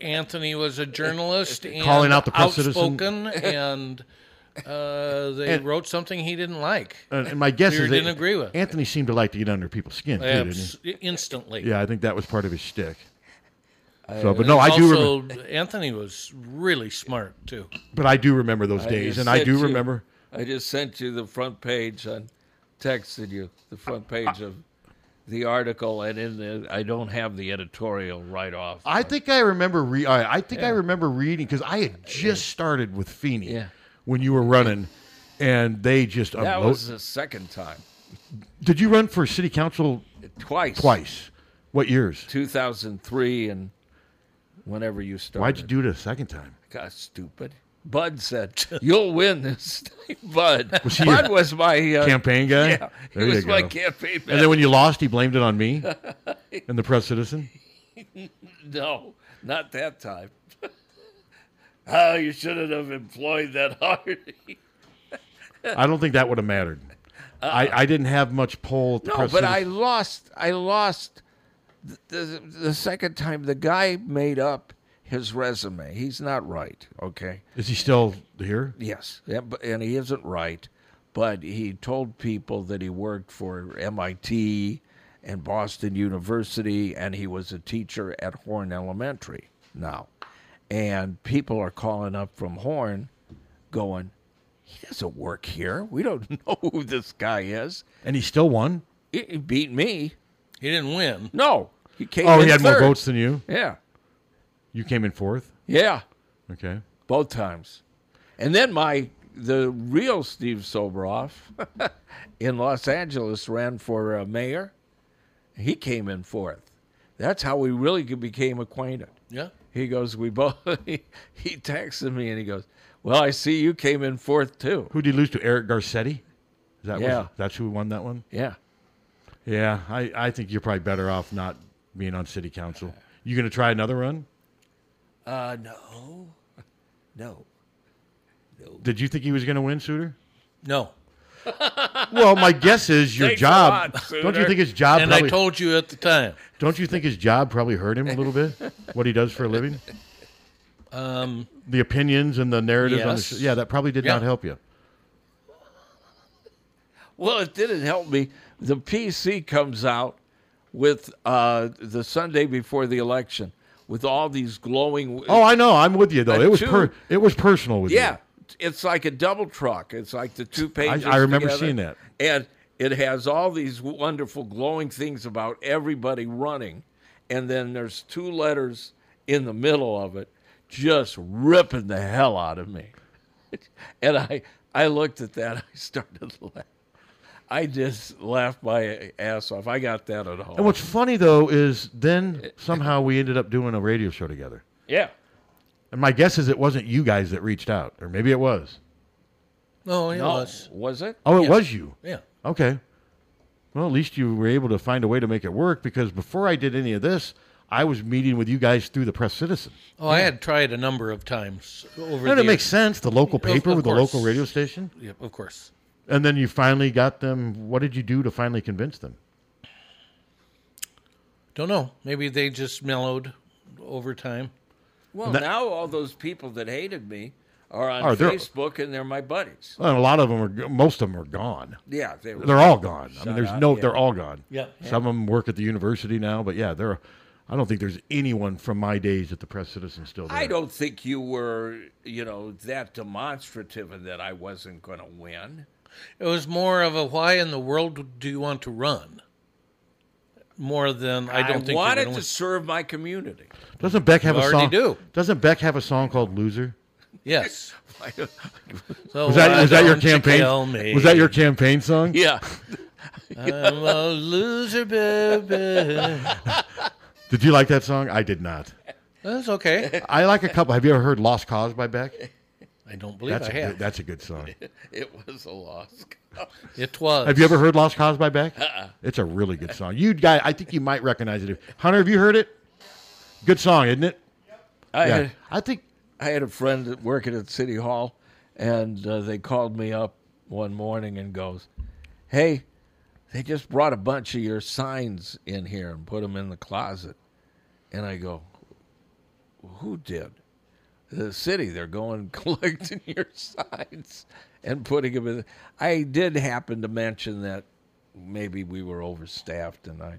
Anthony was a journalist and Calling out the press citizen. outspoken, and uh, they And- wrote something he didn't like. And, and my guess Lear is that didn't agree with Anthony seemed to like to get under people's skin too, didn't Abs- he? instantly. Yeah, I think that was part of his shtick. Uh, So, but no, I do. also, Remember, Anthony was really smart too. but I do remember those I days, just and I sent do you- remember. I just sent you the front page and texted you the front page of the article, and in the I don't have the editorial right off. I think I remember. Re- I, I think I remember reading because I had just started with Feeney Yeah. when you were running, and they just that unload- was the second time, Did you run for city council Twice. Twice. What years? 2003, and whenever you started. Why'd you do it a second time? God, stupid. Bud said, "You'll win this." time." Bud. Was he Bud your was my uh, campaign guy? Yeah, There he you was my go. campaign. And then when you lost, he blamed it on me and the press citizen. no, not that time. oh, you shouldn't have employed that Hardy. I don't think that would have mattered. I, I didn't have much pull. At the Uh-uh. No, press but citizen. I lost. I lost the, the, the second time. The guy made up his resume. He's not right. Okay. Is he still here? Yes, yeah, but- and he isn't right. But he told people that he worked for MIT and Boston University, and he was a teacher at Horn Elementary now. And people are calling up from Horn, going, "He doesn't work here. We don't know who this guy is." And he still won. He he beat me. He didn't win. No, he came. Oh, in he had third. more votes than you. Yeah, You came in fourth. yeah, Okay. both times. And then my the real Steve Soboroff in Los Angeles ran for uh, mayor. He came in fourth. That's how we really became acquainted. Yeah. He goes, we both. He, he texted me and he goes, "Well, I see you came in fourth too." Who did he lose to? Eric Garcetti. Is that was- Yeah. that's who won that one? Yeah. Yeah, I, I think you're probably better off not being on city council. You going to try another run? Uh, no, no. Did you think he was going to win, Suter? No. Well, my guess is your Thanks a job. lot, don't you Suter. think his job? And I probably, told you at the time. Don't you think his job probably hurt him a little bit? what he does for a living, Um, the opinions and the narratives. On the Yes. sh- yeah, that probably did Yeah. not help you. Well, it didn't help me. The PC comes out with uh, the Sunday before the election with all these glowing. Oh, I know. I'm with you though. A It was two- per- it was personal with yeah, it's like a double truck. It's like the two pages. I remember together. seeing that. and it has all these wonderful glowing things about everybody running, and then there's two letters in the middle of it, just ripping the hell out of me. And I, I looked at that. I started laughing. I just laughed my ass off. I got that at home. you. And what's funny though is then somehow we ended up doing a radio show together. yeah. And my guess is it wasn't you guys that reached out, or maybe it was. No, Oh, it No. was. Was it? Oh, it was you. Yeah. Okay. Well, at least you were able to find a way to make it work because before I did any of this, I was meeting with you guys through the Press Citizen. Oh, I had tried a number of times over. No, the that makes sense. The local paper with the local radio station. Yep, of course. And then you finally got them. What did you do to finally convince them? Don't know. Maybe they just mellowed over time. Well, now all those people that hated me are on Are there- Facebook and they're my buddies. Oh, Well, and a lot of them are, most of them are gone. Yeah, they were- are all gone. I mean, Shut there's up, no, yeah. they're all gone. Yeah. Some of them work at the university now, but yeah, there are, I don't think there's anyone from my days at the Press Citizen still there. I don't think you were, you know, that demonstrative and that I wasn't going to win. It was more of a why in the world do you want to run? More than I don't think wanted you're to serve my community. Doesn't Beck have You a already song? do. Doesn't Beck have a song called "Loser"? Yes. so was that why was that your don't you tell campaign? me? Was that your campaign song? Yeah. I'm a loser, baby. Did you like that song? I did not. That's Eh? okay. I like a couple. Have you ever heard "Lost Cause" by Beck? I don't believe that's I a have. Good, that's a good song. It was a loss. It was. Have you ever heard "Lost Cause" by Beck? Oh, Uh-uh. It's a really good song. You guy, I think you might recognize it. Hunter, have you heard it? Good song, isn't it? I, Yeah. had, I think I had a friend that working at City Hall, and uh, they called me up one morning and goes, "Hey, they just brought a bunch of your signs in here and put them in the closet." And I go, "Who did?" The city. They're going collecting your signs and putting them in. The... I did happen to mention that maybe we were overstaffed, and I,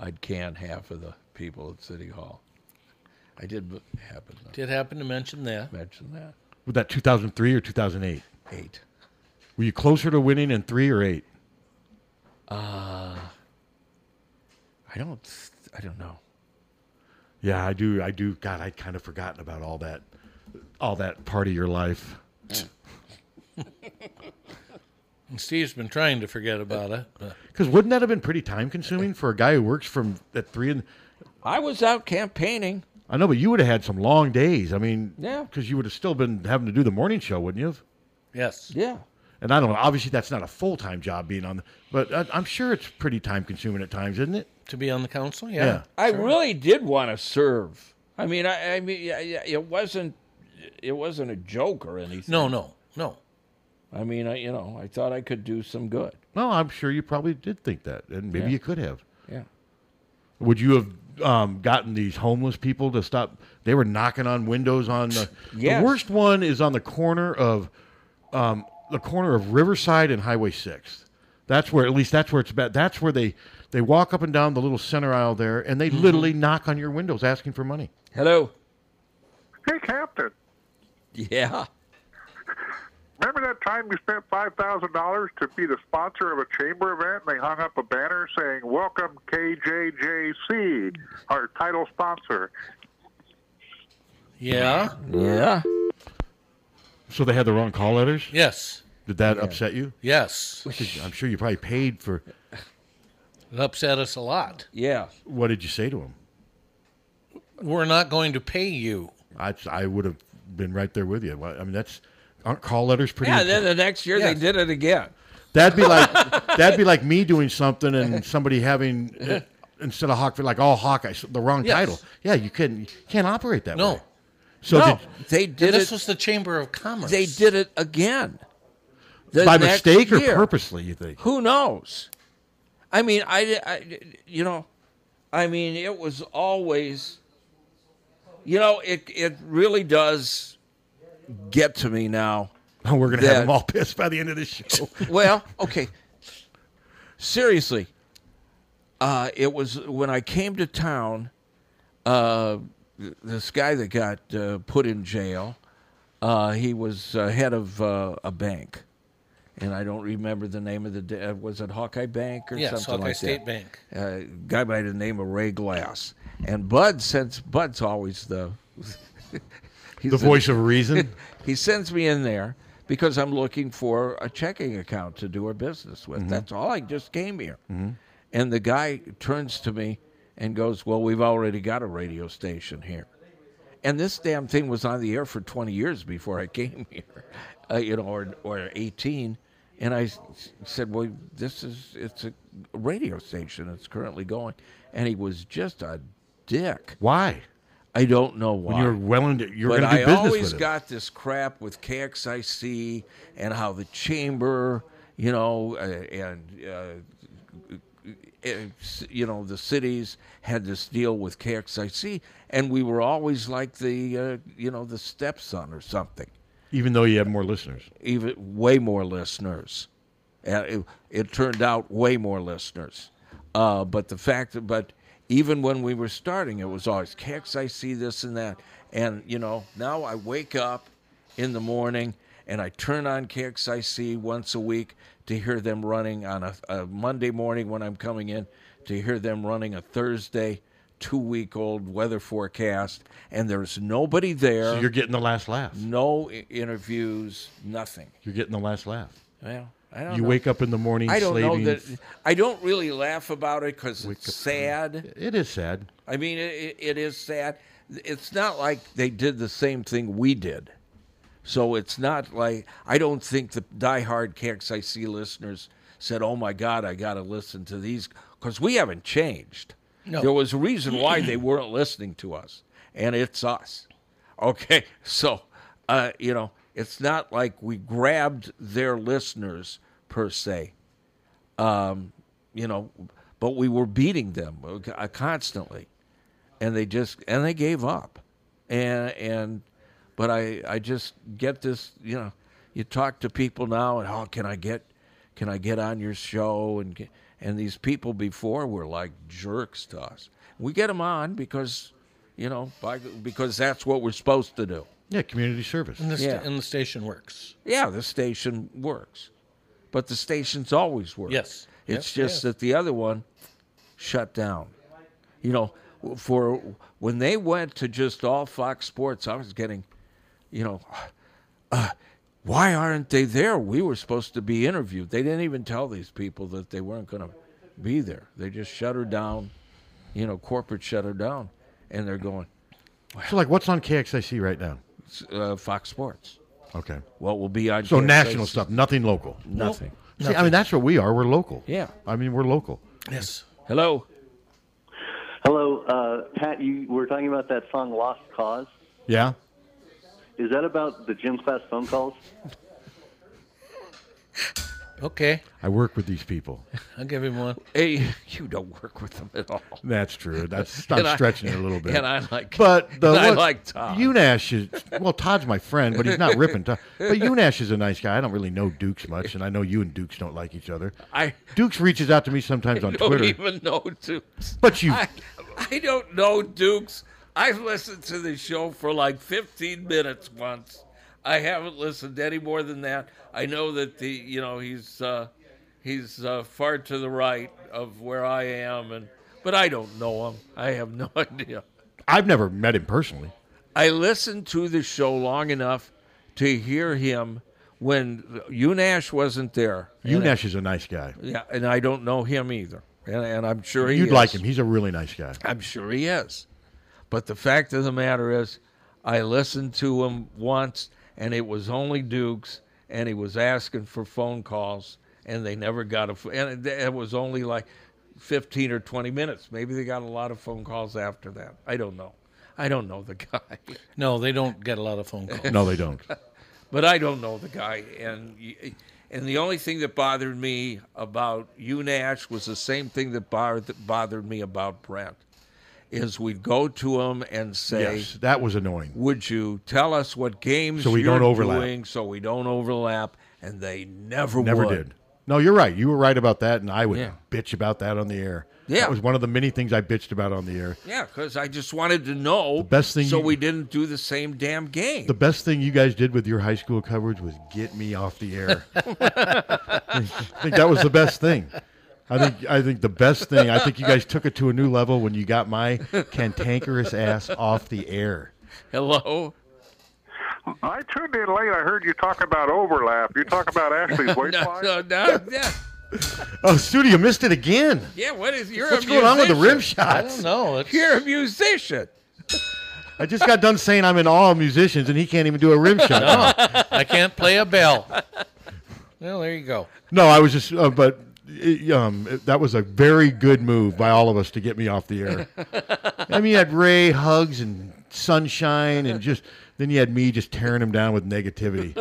I'd canned half of the people at City Hall. I did b- happen to Did happen to mention that. mention that. was that 2003 or 2008? Eight. Were you closer to winning in three or eight? Uh, I don't. th- I don't know. Yeah, I do. I do. God, I'd kind of forgotten about all that, all that part of your life. And Steve's been trying to forget about it. but- Because wouldn't that have been pretty time consuming for a guy who works from at three and I was out campaigning. I know, but you would have had some long days. I mean, Yeah. because you would have still been having to do the morning show, wouldn't you? have? Yes. Yeah. And I don't know. Obviously, that's not a full time job being on, the, but I, I'm sure it's pretty time consuming at times, isn't it? To be on the council, yeah. Yeah. I really did want to serve. I mean, I, I mean, yeah, yeah, it wasn't. It wasn't a joke or anything. No, no, no. I mean, I you know, I thought I could do some good. No, I'm sure you probably did think that, and maybe Yeah. you could have. Yeah. Would you have um, gotten these homeless people to stop? They were knocking on windows on the. Yes. The worst one is on the corner of, um, the corner of Riverside and Highway Six. That's where at least that's where it's bad. That's where they they walk up and down the little center aisle there, and Mm-hmm. they literally knock on your windows asking for money. Hello. Hey, Captain, Yeah. remember that time you spent $5,000 to be the sponsor of a chamber event and they hung up a banner saying, Welcome KJJC, our title sponsor? Yeah. Yeah. So they had the wrong call letters. Yes. Did that Yeah. upset you? Yes. I'm sure you probably paid for. It upset us a lot. Yeah. What did you say to him? We're not going to pay you. I I would have been right there with you. Well, I mean, that's aren't call letters pretty? yeah. Then the next year they did it again. That'd be like that'd be like me doing something and somebody having it, instead of Hawk like all Hawkeye the wrong Yes. title. Yeah, you couldn't you can't operate that No. way. So No. did- they And this was the Chamber of Commerce. They did it again. The by next mistake or year. purposely. You think? Who knows? I mean, I, I- you know, I mean, it was always, you know, it it really does get to me now. We're gonna have that- them all pissed by the end of this show. well, okay. Seriously, uh, it was when I came to town. Uh, th- this guy that got uh, put in jail, uh, he was uh, head of uh, a bank, and I don't remember the name of the. da- uh, Was it Hawkeye Bank or Yes, something Hawkeye like that? State Bank. Uh, guy by the name of Ray Glass, and Bud. Since Bud's always the he's The voice of reason? he sends me in there because I'm looking for a checking account to do our business with. Mm-hmm. That's all. I just came here. Mhm. And the guy turns to me and goes, Well, we've already got a radio station here. And this damn thing was on the air for 20 years before I came here, uh, you know, or, or 18. And I s- said, Well, this is, it's a radio station that's currently going. And he was just a dick. Why? I don't know why. When you're willing to, you're but going to do I business always with it. got this crap with KXIC and how the chamber, you know, uh, and uh, uh, you know the cities had this deal with KXIC, and we were always like the uh, you know the stepson or something Even though you have more listeners. even way more listeners. And it, it turned out way more listeners. Uh, but the fact that, but even when we were starting, it was always Kex, I see this and that. And, you know, now I wake up in the morning and I turn on Kex, I see once a week to hear them running on a, a Monday morning when I'm coming in, to hear them running a Thursday two week old weather forecast. And there's nobody there. So you're getting the last laugh. No i- interviews, nothing. You're getting the last laugh. Well, I don't You know. wake up in the morning I don't slaving- know that. I don't really laugh about it because it's sad. It is sad. I mean, it, it is sad. It's not like they did the same thing we did. So it's not like I don't think the diehard KXIC listeners said, "Oh my God, I got to listen to these," because we haven't changed. No. There was a reason why they weren't listening to us, and it's us. Okay, so uh, you know, it's not like we grabbed their listeners per se. Um, you know, but we were beating them uh, constantly, and they just and they gave up, and and but I I just get this you know, you talk to people now and oh can I get can I get on your show and get, and these people before were like jerks to us. We get them on because you know by, because that's what we're supposed to do. Yeah, community service. And the, sta- Yeah. and the station works. Yeah, the station works, but the station's always worked. Yes. it's Yes, just yeah. that the other one shut down. You know, for when they went to just all Fox Sports, I was getting, you know, uh, why aren't they there? We were supposed to be interviewed. They didn't even tell these people that they weren't going to be there. They just shut her down. You know, corporate shut her down, and they're going So, like, what's on KXIC right now? uh, Fox Sports. Okay. What will be on So KXIC. national stuff, nothing local. Nothing. See, I mean, that's what we are. We're local. Yeah. I mean, we're local. Yes. Hello. Hello, uh, Pat. You were talking about that song "Lost Cause." Yeah. Is that about the gym class phone calls? Okay, I work with these people. I'll give him one. Hey, you don't work with them at all. That's true. That's And I'm I- stretching it a little bit. and I like- but the and I look, like Todd. Unash is well. Todd's my friend, but he's not ripping Todd. But Unash is a nice guy. I don't really know Dukes much, and I know you and Dukes don't like each other. I- Dukes reaches out to me sometimes on I don't Twitter. even know Dukes. But you- I, I don't know Dukes. I've listened to the show for like 15 minutes once. I haven't listened to any more than that. I know that the you know he's uh, he's uh, far to the right of where I am, and but I don't know him. I have no idea. I've never met him personally. I listened to the show long enough to hear him when Unash wasn't there. And- Unash is a nice guy. Yeah, and I don't know him either. And, and I'm sure he You'd is. like him. He's a really nice guy. I'm sure he is. But the fact of the matter is, I listened to him once, and it was only Dukes, and he was asking for phone calls, and they never got a. ph- And it it was only like fifteen or twenty minutes. Maybe they got a lot of phone calls after that. I don't know. I don't know the guy. No, they don't get a lot of phone calls. No, they don't. but I don't know the guy, and y- and the only thing that bothered me about you, Nash, was the same thing that bothered bothered me about Brent, is we'd go to him and say, Yes, that was annoying. "Would you tell us what games So we you're don't overlap. doing so we don't overlap?" And they never Never would. did. No, you're right. You were right about that, and I would Yeah. bitch about that on the air. Yeah. that was one of the many things I bitched about on the air. Yeah, because I just wanted to know. The best thing so you- we didn't do the same damn game. The best thing you guys did with your high school coverage was get me off the air. I think that was the best thing. I think I think the best thing. I think you guys took it to a new level when you got my cantankerous ass off the air. Hello. I tuned in late. I heard you talk about overlap. You talk about Ashley's waistline. no, no, yeah, Oh, studio missed it again. yeah. What is you're What's a going on with the musician. rim shots? know. You're a musician. I just got done saying I'm in awe of musicians, and he can't even do a rim shot. No, I can't play a bell. Well, there you go. No, I was just, uh, but it, um, it- that was a very good move by all of us to get me off the air. I mean, you had Ray hugs and sunshine, and just then you had me just tearing him down with negativity.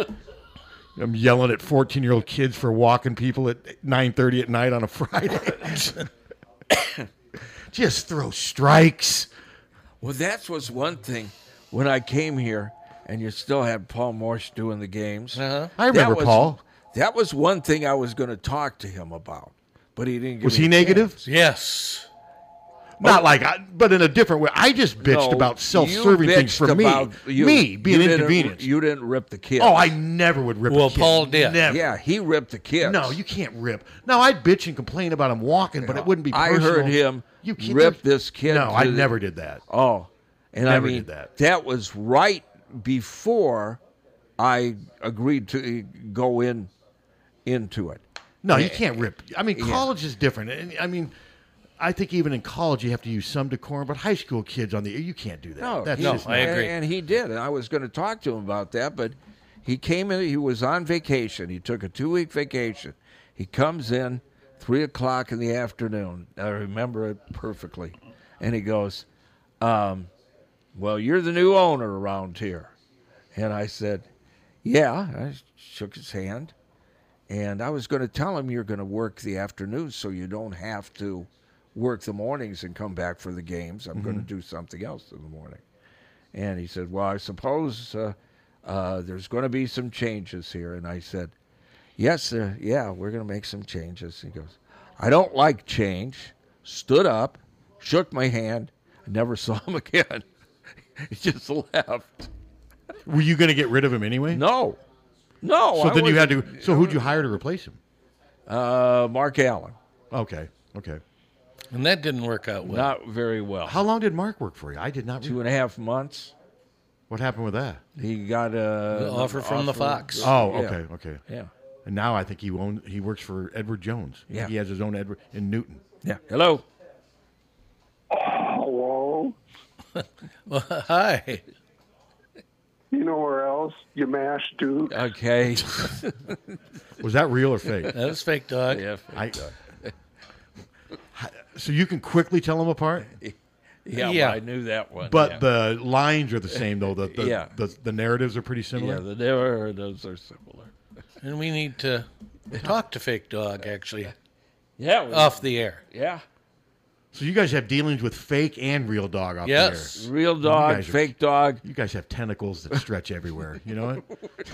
I'm yelling at 14 year old kids for walking people at 9:30 at night on a Friday. just throw strikes. Well, that was one thing when I came here, and you still had Paul Morse doing the games. Uh-huh. I remember Paul. That was one thing I was going to talk to him about, but he didn't. Give Was me he a negative? chance. Yes. Not like, I, but in a different way. I just bitched Oh. No, about you self-serving things bitched for me, about you- me being you didn't- inconvenienced. You didn't rip the kid. Oh, I never would rip. a Well, kid. Paul did. Never. Yeah, he ripped the kid. No, you can't rip. No, I'd bitch and complain about him walking, but it wouldn't be. I Personal. heard him You can't- rip this kid. No, I to the- never did that. Oh, and I Never mean did that. was right before I agreed to go in into it. No, you Yeah. can't rip. I mean, Yeah. college is different. And, I mean, I think even in college you have to use some decorum, but high school kids on the you can't do that. No, That's he- just not- and- And he did, and I was going to talk to him about that, but he came in. He was on vacation. He took a two-week vacation. He comes in three o'clock in the afternoon. I remember it perfectly, and he goes, um, "Well, you're the new owner around here," and I said, "Yeah." I shook his hand, and I was going to tell him you're going to work the afternoons so you don't have to work the mornings and come back for the games. I'm going to Mhm. do something else in the morning. And he said, Well, I suppose uh, uh, there's going to be some changes here. And I said, Yes, sir. Yeah, we're going to make some changes. He goes, I don't like change. Stood up, shook my hand, I never saw him again. he just left. Were you going to get rid of him anyway? No, no. So I then you had to. wasn't- So who'd you hire to replace him? Uh, Mark Allen. Okay. Okay. And that didn't work out well. Not very well. How long did Mark work for you? I did not. Two and a half months. What happened with that? He got uh, a The offer from the Fox. Oh, Yeah. okay, okay. Yeah. And now I think he owns. He works for Edward Jones. I think Yeah. He has his own Edward in Newton. Yeah. Hello. Hello. Well, hi. You know where else? You mash Duke. Okay. Was that real or fake? That was fake, Doug. Yeah, fake, So you can quickly tell them apart. Yeah, Yeah. well, I knew that one, But yeah. the lines are the same though. The, the, Yeah. the, the narratives are pretty similar. Yeah, the narratives are similar. And we need to talk to Fake Dog, actually. Yeah. we- Off the air. Yeah. So you guys have dealings with fake and real dog out Yes. there. Real dog, fake dog. You guys have tentacles that stretch everywhere. You know it.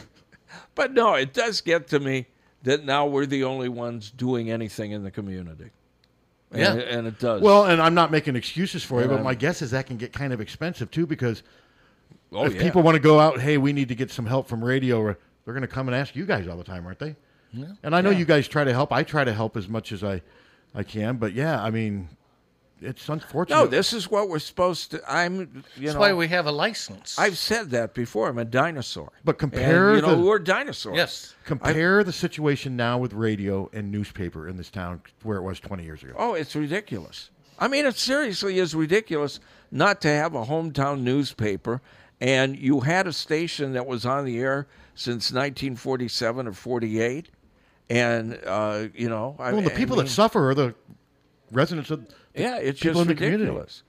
But no, it does get to me that now we're the only ones doing anything in the community. And, Yeah. and it does. Well, and I'm not making excuses for you, Yeah. but my guess is that can get kind of expensive too because Oh, if yeah. people want to go out, hey, we need to get some help from radio, or they're going to come and ask you guys all the time, aren't they? Yeah. And I know Yeah. you guys try to help. I try to help as much as I, I can. But yeah, I mean, it's unfortunate. no, this is what we're supposed to. I'm. You That's know, why we have a license. I've said that before. I'm a dinosaur. But compare And, you know, the- we're dinosaurs. Compare the situation now with radio and newspaper in this town where it was 20 years ago. Oh, it's ridiculous. I mean, it seriously is ridiculous not to have a hometown newspaper. And you had a station that was on the air since 1947 or 48, And uh, you know, I- well, the I people mean- that suffer are the residents of the yeah, it's people just in the ridiculous.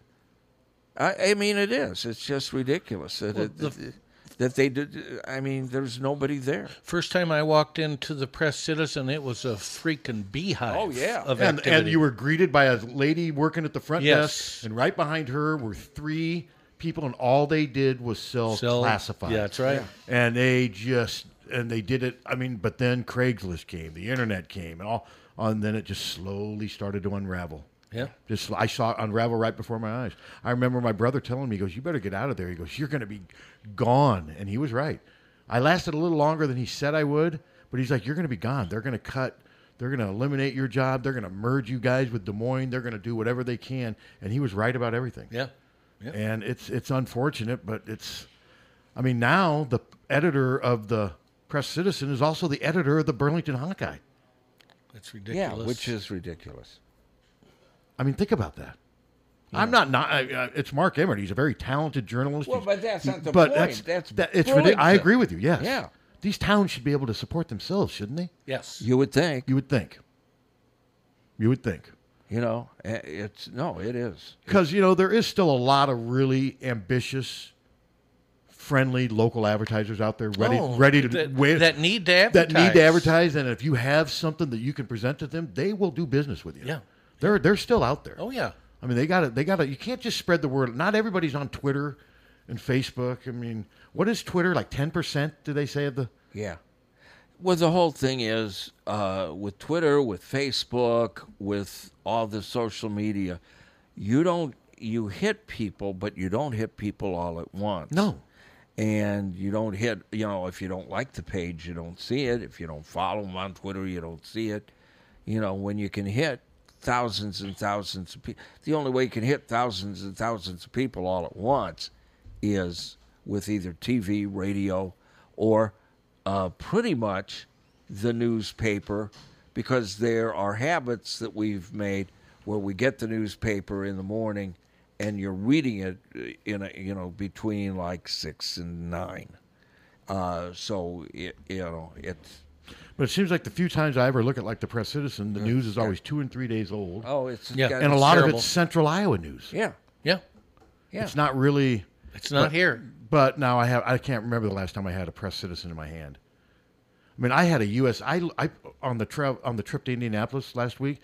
I, I mean, it is. It's just ridiculous that Well, it- the- that they did. I mean, there's nobody there. First time I walked into the Press Citizen, it was a freaking beehive. Oh, yeah. of and, activity. and you were greeted by a lady working at the front Yes. desk, and right behind her were three people, and all they did was sell, Sell- classifieds. yeah, that's right. And they just and they did it. I mean, but then Craigslist came, the internet came, and all, and then it just slowly started to unravel. Yeah. Just I saw it unravel right before my eyes. I remember my brother telling me, he goes, "You better get out of there." He goes, "You're going to be gone," and he was right. I lasted a little longer than he said I would, but he's like, "You're going to be gone. They're going to cut. They're going to eliminate your job. They're going to merge you guys with Des Moines. They're going to do whatever they can." And he was right about everything. Yeah. Yeah. And it's it's unfortunate, but it's. I mean, now the editor of the Press Citizen is also the editor of the Burlington Hawkeye. It's ridiculous. Yeah, which is ridiculous. I mean, think about that. I'm not not. I, I, it's Mark Emmert. He's a very talented journalist. Well, He's- but that's not the but point. That's, That's that, it's Burlington. ridiculous. I agree with you. Yes. Yeah. These towns should be able to support themselves, shouldn't they? Yes. You would think. You would think. You would think. You know, eh, it's no, it is. Because you know there is still a lot of really ambitious, friendly local advertisers out there ready Oh, ready to that- wait, that need to that need advertise. to advertise. And if you have something that you can present to them, they will do business with you. Yeah. they're they're still out there. Oh yeah. I mean they got to they got to you can't just spread the word. Not everybody's on Twitter and Facebook. I mean, what is Twitter like? Ten percent? Do they say of the Yeah. Well, the whole thing is uh, with Twitter, with Facebook, with all the social media, you don't you hit people, but you don't hit people all at once. No. And you don't hit, you know, if you don't like the page, you don't see it. If you don't follow them on Twitter, you don't see it. You know, when you can hit thousands and thousands of people, the only way you can hit thousands and thousands of people all at once is with either TV, radio, or uh, pretty much the newspaper because there are habits that we've made where we get the newspaper in the morning and you're reading it uh, in a, you know between like six and nine uh, so it, you know it's But it seems like the few times I ever look at like the Press Citizen, the news is always two and three days old. Oh, it's- Yeah. and a lot of terrible. it's Central Iowa news. yeah yeah yeah It's not really. It's not but- here. But now I have. I can't remember the last time I had a Press Citizen in my hand. I mean, I had a U.S. I, I on the travel on the trip to Indianapolis last week.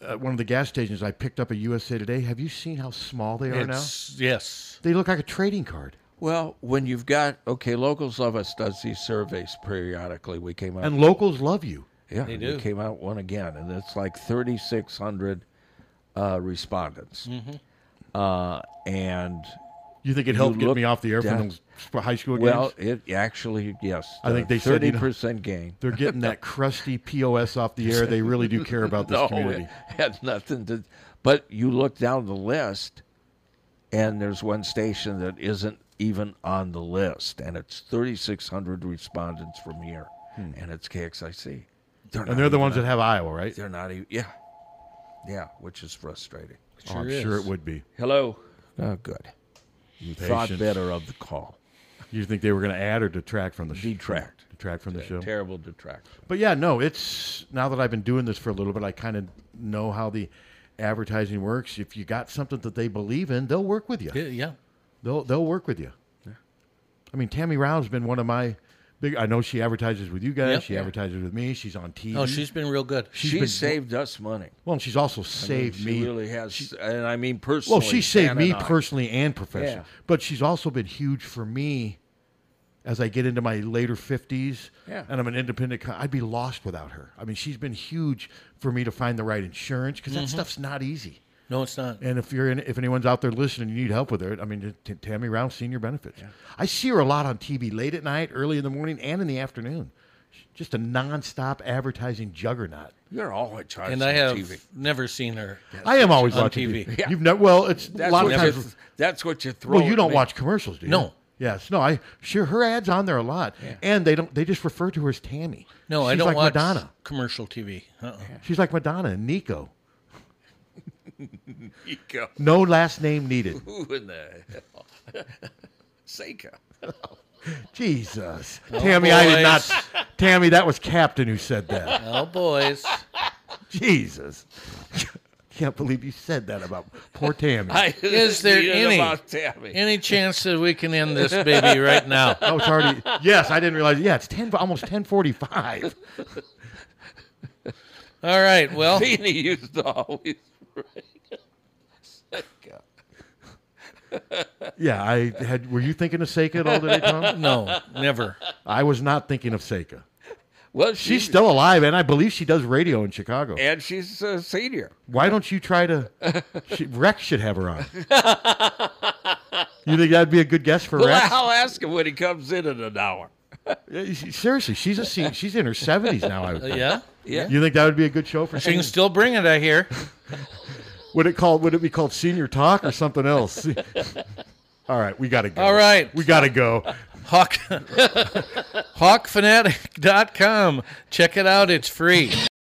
At one of the gas stations, I picked up a USA Today. Have you seen how small they are It's- Yes. now? They look like a trading card. well when you've got okay locals love us does these surveys periodically we came out And locals love you. Yeah, They and do. We came out one again, and it's like 3,600 uh, respondents. Mhm. Uh, and You think it helped get look me off the air from down- those sp- high school Well, it actually yes. I think they said, thirty you know, percent gain. They're getting that crusty POS off the air. They really do care about this no, community. It had nothing to. But you look down the list, and there's one station that isn't even on the list, and it's 3,600 respondents from here, Hmm. and it's KXIC. And not they're the even ones on- that have Iowa, right? They're not even. Yeah, yeah, which is frustrating. Oh, I'm sure it would be. Hello. Oh, good. You thought Patience. better of the call. You think they were going to add or detract from the show? Detract. Detract from the Yeah, show. Terrible detraction. But yeah, no, it's now that I've been doing this for a little bit, I kind of know how the advertising works. If you got something that they believe in, they'll work with you. Yeah, yeah. They'll they'll work with you. Yeah. I mean, Tammy Rowe's been one of my big. I know she advertises with you guys. Yep. she Yeah. advertises with me. She's on TV. Oh, she's been real good. She's she been- saved us money. Well, and she's also I mean, saved she me. really has, and I mean personally. well, she saved Stan me and I. personally and professionally. Yeah. But she's also been huge for me as I get into my later 50s. Yeah. And I'm an independent. co- I'd be lost without her. I mean, she's been huge for me to find the right insurance because Mm-hmm. that Mhm. stuff's not easy. No, it's not. And if you're in, if anyone's out there listening, you need help with it. I mean, t- Tammy Round, senior benefits. I see her a lot on TV late at night, early in the morning, and in the afternoon. She's Just a nonstop advertising juggernaut. You're always charged And I have TV. never seen her. I am always on watching TV. TV. You've never well, it's That's a lot of what times. you- that's what you throw Well, you at don't me. watch commercials, do you? No. Yes, no. I sure her ads on there a lot, Yeah. and they don't. They just refer to her as Tammy. No, She's I don't like watch Madonna. commercial TV. Uh-uh. She's like Madonna and Nico. Nico. No last name needed. Who in the hell? Seika. Jesus, Oh, Tammy, I did boys. not. Tammy, that was Captain who said that. Oh, boys. Jesus, can't believe you said that about poor Tammy. Is there Needed any about Tammy. any chance that we can end this baby right now? Oh, it's already. Yes, I didn't realize. Yeah, it's ten, almost ten forty-five. All right. Well, Feeny used to always Yeah, I had. Were you thinking of Seika at all today, Tom? No, never. I was not thinking of Seika. Well, she's she- still alive, and I believe she does radio in Chicago. and she's a senior. Why don't you try to? She, Rex should have her on. You think that'd be a good guess for well, Rex? I'll ask him when he comes in in an hour. Yeah, she- Seriously, she's a se- she's in her seventies now. I would think. Uh, Yeah, yeah. You think that would be a good show for? She can seniors? still bring it. I hear. Would it called? Would it be called Senior Talk or something else? All right, we gotta go. All right. we gotta go. Hawk, hawkfanatic.com. Check it out. It's free.